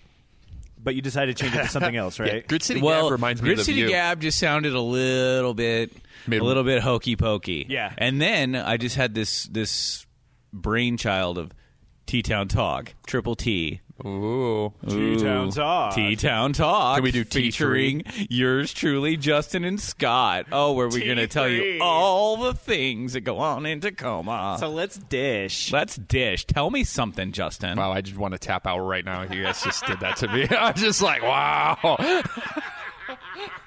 But you decided to change it to something else, right?
Grid City
well,
Gab reminds me
Grid
of the
City
view.
Gab just sounded a little bit,
Mid-
a little bit hokey pokey.
Yeah.
and then I just had this this brainchild of T Town Talk, Triple T,
Ooh.
T-Town
Ooh.
Talk.
T-Town Talk.
Can we do T3?
featuring yours truly, Justin and Scott? Oh, where we're going to tell you all the things that go on in Tacoma.
So let's dish.
Let's dish. Tell me something, Justin.
Wow, I just want to tap out right now. You guys just did that to me. [LAUGHS] I'm just like, wow.
I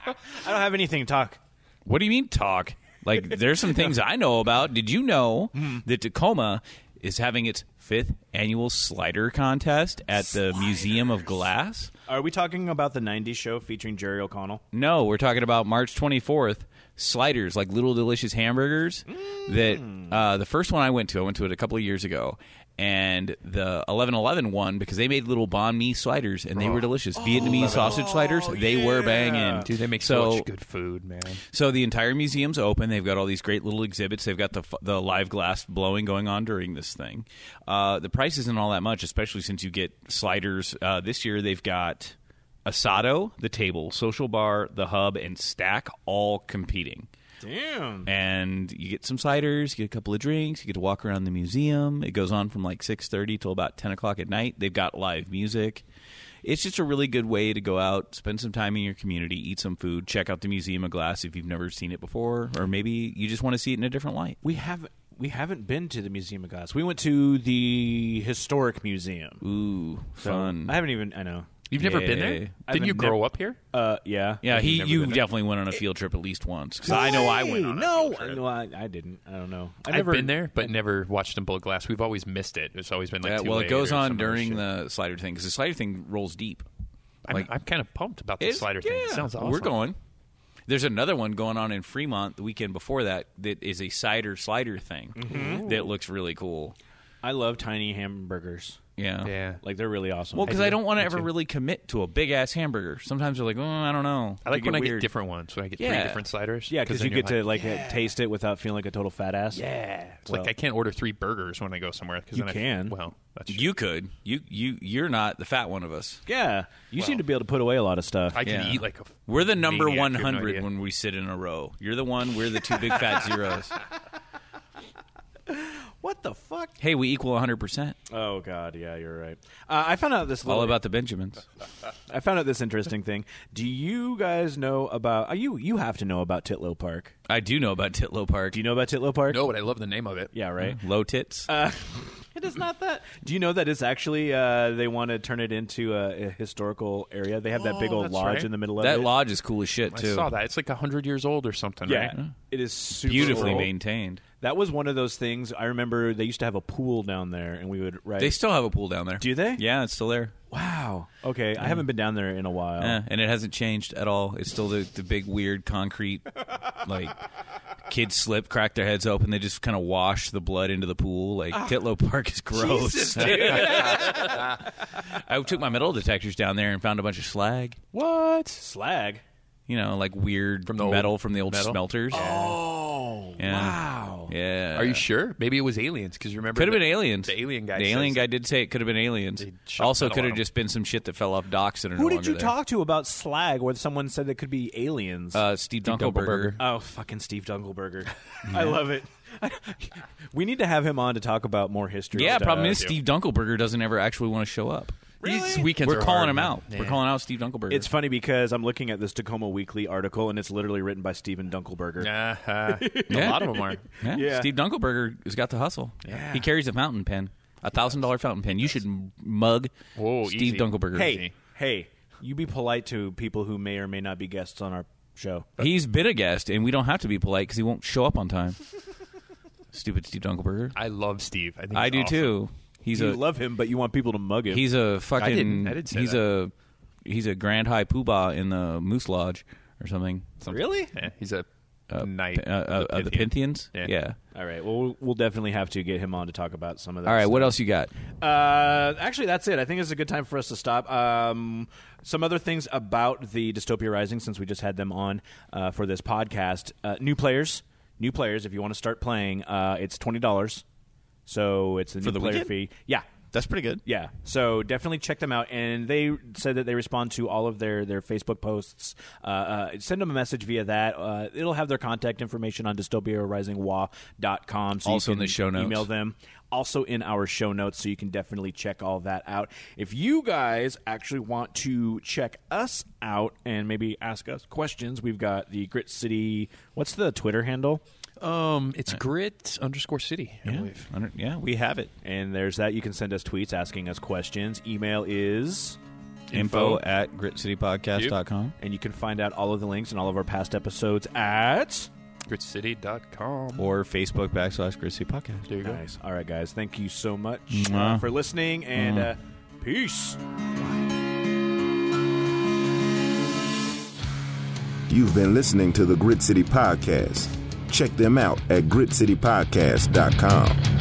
don't have anything to talk.
What do you mean talk? Like there's some things I know about. Did you know
Hmm.
that Tacoma is having its fifth annual slider contest at the Museum of Glass?
Are we talking about the 90s show featuring Jerry O'Connell?
No, we're talking about March 24th. Sliders, like little delicious hamburgers. That uh, the first one I went to, I went to it a couple of years ago, and the 1111 one because they made little banh mi sliders and they were delicious. Vietnamese sausage sliders, they were banging.
Dude, they make so,
so
much good food, man.
so the entire museum's open. They've got all these great little exhibits. They've got the f- the live glass blowing going on during this thing. Uh, the price isn't all that much, especially since you get sliders. Uh, this year they've got Asado, the table, social bar, the hub, and stack all competing.
Damn.
And you get some sliders, you get a couple of drinks, you get to walk around the museum. It goes on from like six thirty till about ten o'clock at night. They've got live music. It's just a really good way to go out, spend some time in your community, eat some food, check out the Museum of Glass if you've never seen it before, or maybe you just want to see it in a different light.
We have. we haven't been to the Museum of Gods. We went to the historic museum.
Ooh,
So,
fun.
I haven't even. I know.
You've never been there?
Yeah.
I've
Didn't you
nev-
grow up here?
Uh, yeah.
yeah,
You've
he
never
you
been there?
definitely went on a field trip at least once because I know I went on. A
No,
field trip.
no, I, I didn't. I don't know. I
I've
never,
been there, but never watched them blow glass. We've always missed it. It's always been like
Yeah,
too
well,
late
it goes
or
on
some other
during
shit.
the slider thing because the slider thing rolls deep.
I'm,
like-
I'm kind of pumped about the
It's-
slider thing. It
yeah,
sounds awesome.
We're going. There's another one going on in Fremont the weekend before that that is a cider slider thing that looks really cool.
I love tiny hamburgers.
Yeah.
Yeah.
Like they're really awesome.
Well, because I, don't want to ever
too.
really commit to a big ass hamburger. Sometimes you're like, oh, I don't know.
I like
Could
when I
weird.
get different ones. When I get
Yeah.
three different sliders.
Yeah, because you
then you're
get to like uh, taste it without feeling like a total fat ass. Yeah.
It's like I can't order three burgers when I go somewhere. Cause
You
then I-
can.
well, that's true.
You could. You you you're not the fat one of us.
yeah. You seem to be able to put away a lot of stuff.
I can
Yeah.
eat like a.
We're the number
maniac, you
one
have no
hundred
idea.
when we sit in a row. You're the one. We're the two big fat
[LAUGHS]
zeros.
what the fuck?
Hey, we equal hundred percent.
Oh God, yeah, you're right. Uh, I found out this little,
All about the Benjamins.
I found out this interesting thing. Do you guys know about? Uh, you you have to know about Titlow Park.
I do know about Titlow Park.
Do you know about Titlow Park?
No, but I love the name of it.
Yeah, right.
Low tits.
Uh,
It is not that. Do you know that it's actually uh, they want to turn it into a, a historical area? They have that big
Oh,
old
that's
lodge
right.
in the middle of
that
it.
lodge is cool as shit
I
too.
saw that. It's like hundred years old or something.
Yeah,
Right?
it is super
Beautifully
old.
maintained.
That was one of those things. I remember they used to have a pool down there, and we would ride.
They still have a pool down there.
Do they?
Yeah, it's still there.
wow. Okay, I haven't been down there in a while.
Yeah, and it hasn't changed at all. It's still the, the big weird concrete. like kids slip, crack their heads open, they just kind of wash the blood into the pool. Like
Ah.
Titlow Park is gross. [LAUGHS] I took my metal detectors down there and found a bunch of slag.
What slag?
You know, like weird
From the old
metal from the old
metal?
smelters. Oh,
Wow.
Yeah.
Are you sure? Maybe it was aliens. Because remember,
Could have
the-
been aliens.
The alien guy.
The alien
says-
guy did say it could have been aliens.
shot
Also,
metal
could
at
have
him.
just been some shit that fell off docks and are no
Who did
longer
you
there.
talk to about slag? Where someone said they could be aliens?
Uh, Steve,
Dunkelberger.
Dunkelberger.
Oh, fucking Steve
[LAUGHS]
Dunkelberger. I love it. [LAUGHS] we need to have him on to talk about more history. Uh,
Yeah,
stuff.
problem is Steve Dunkelberger doesn't ever actually want to show up.
These weekends
We're
are
calling
hard,
him
man.
out. We're
Yeah.
calling out Steve Dunkelberger.
It's funny because I'm looking at this Tacoma Weekly article, and it's literally written by Steven Dunkelberger.
[LAUGHS]
[LAUGHS]
Uh-huh.
Yeah.
A lot of them are.
yeah.
yeah.
Steve Dunkelberger has got the hustle. He carries a fountain pen, a thousand dollar fountain pen. You should m- mug
Whoa,
Steve
easy.
Dunkelberger.
Hey, hey, you be polite to people who may or may not be guests on our show.
he's been a guest, and we don't have to be polite because he won't show up on
[LAUGHS]
time. Stupid Steve Dunkelberger.
I love Steve. I, think
I
he's
do
awesome.
too. He's
you
a
love him, but you want people to mug him.
he's a fucking
didn't- I didn't say
he's a he's a grand high poobah in the Moose Lodge or something.
really.
Yeah, he's a knight.
Uh, uh,
of
of the Pynthians.
Yeah.
yeah.
All right. Well, we'll- we'll definitely have to get him on to talk about some of that.
All right.
stuff.
What else you got?
Uh, actually, that's it. I think it's a good time for us to stop. Um, some other things about the Dystopia Rising, since we just had them on uh, for this podcast. Uh, new players, new players. If you want to start playing, uh, it's twenty dollars. So it's a new
the
player
weekend?
fee. Yeah,
That's pretty good.
yeah. So definitely check them out. And they said that they respond to all of their their Facebook posts. Uh, uh, send them a message via that. Uh, it'll have their contact information on dystopiarisingwa.com. So you
Also in
can
the show notes.
Email them. Also in our show notes, so you can definitely check all that out. If you guys actually want to check us out and maybe ask us questions, we've got the Grit City. What's the Twitter handle?
Um, it's grit underscore city. I
Uh, Yeah,
believe.
Under- yeah, we have it.
And there's that. You can send us tweets asking us questions. Email is
Info at gritcitypodcast.com.
And you can find out all of the links and all of our past episodes at.
Gritcity.com.
or Facebook backslash gritcitypodcast.
There you go.
Nice. All right, guys. Thank you so much uh, for listening and uh, peace.
You've been listening to the Grit City Podcast. Check them out at gritcitypodcast.com.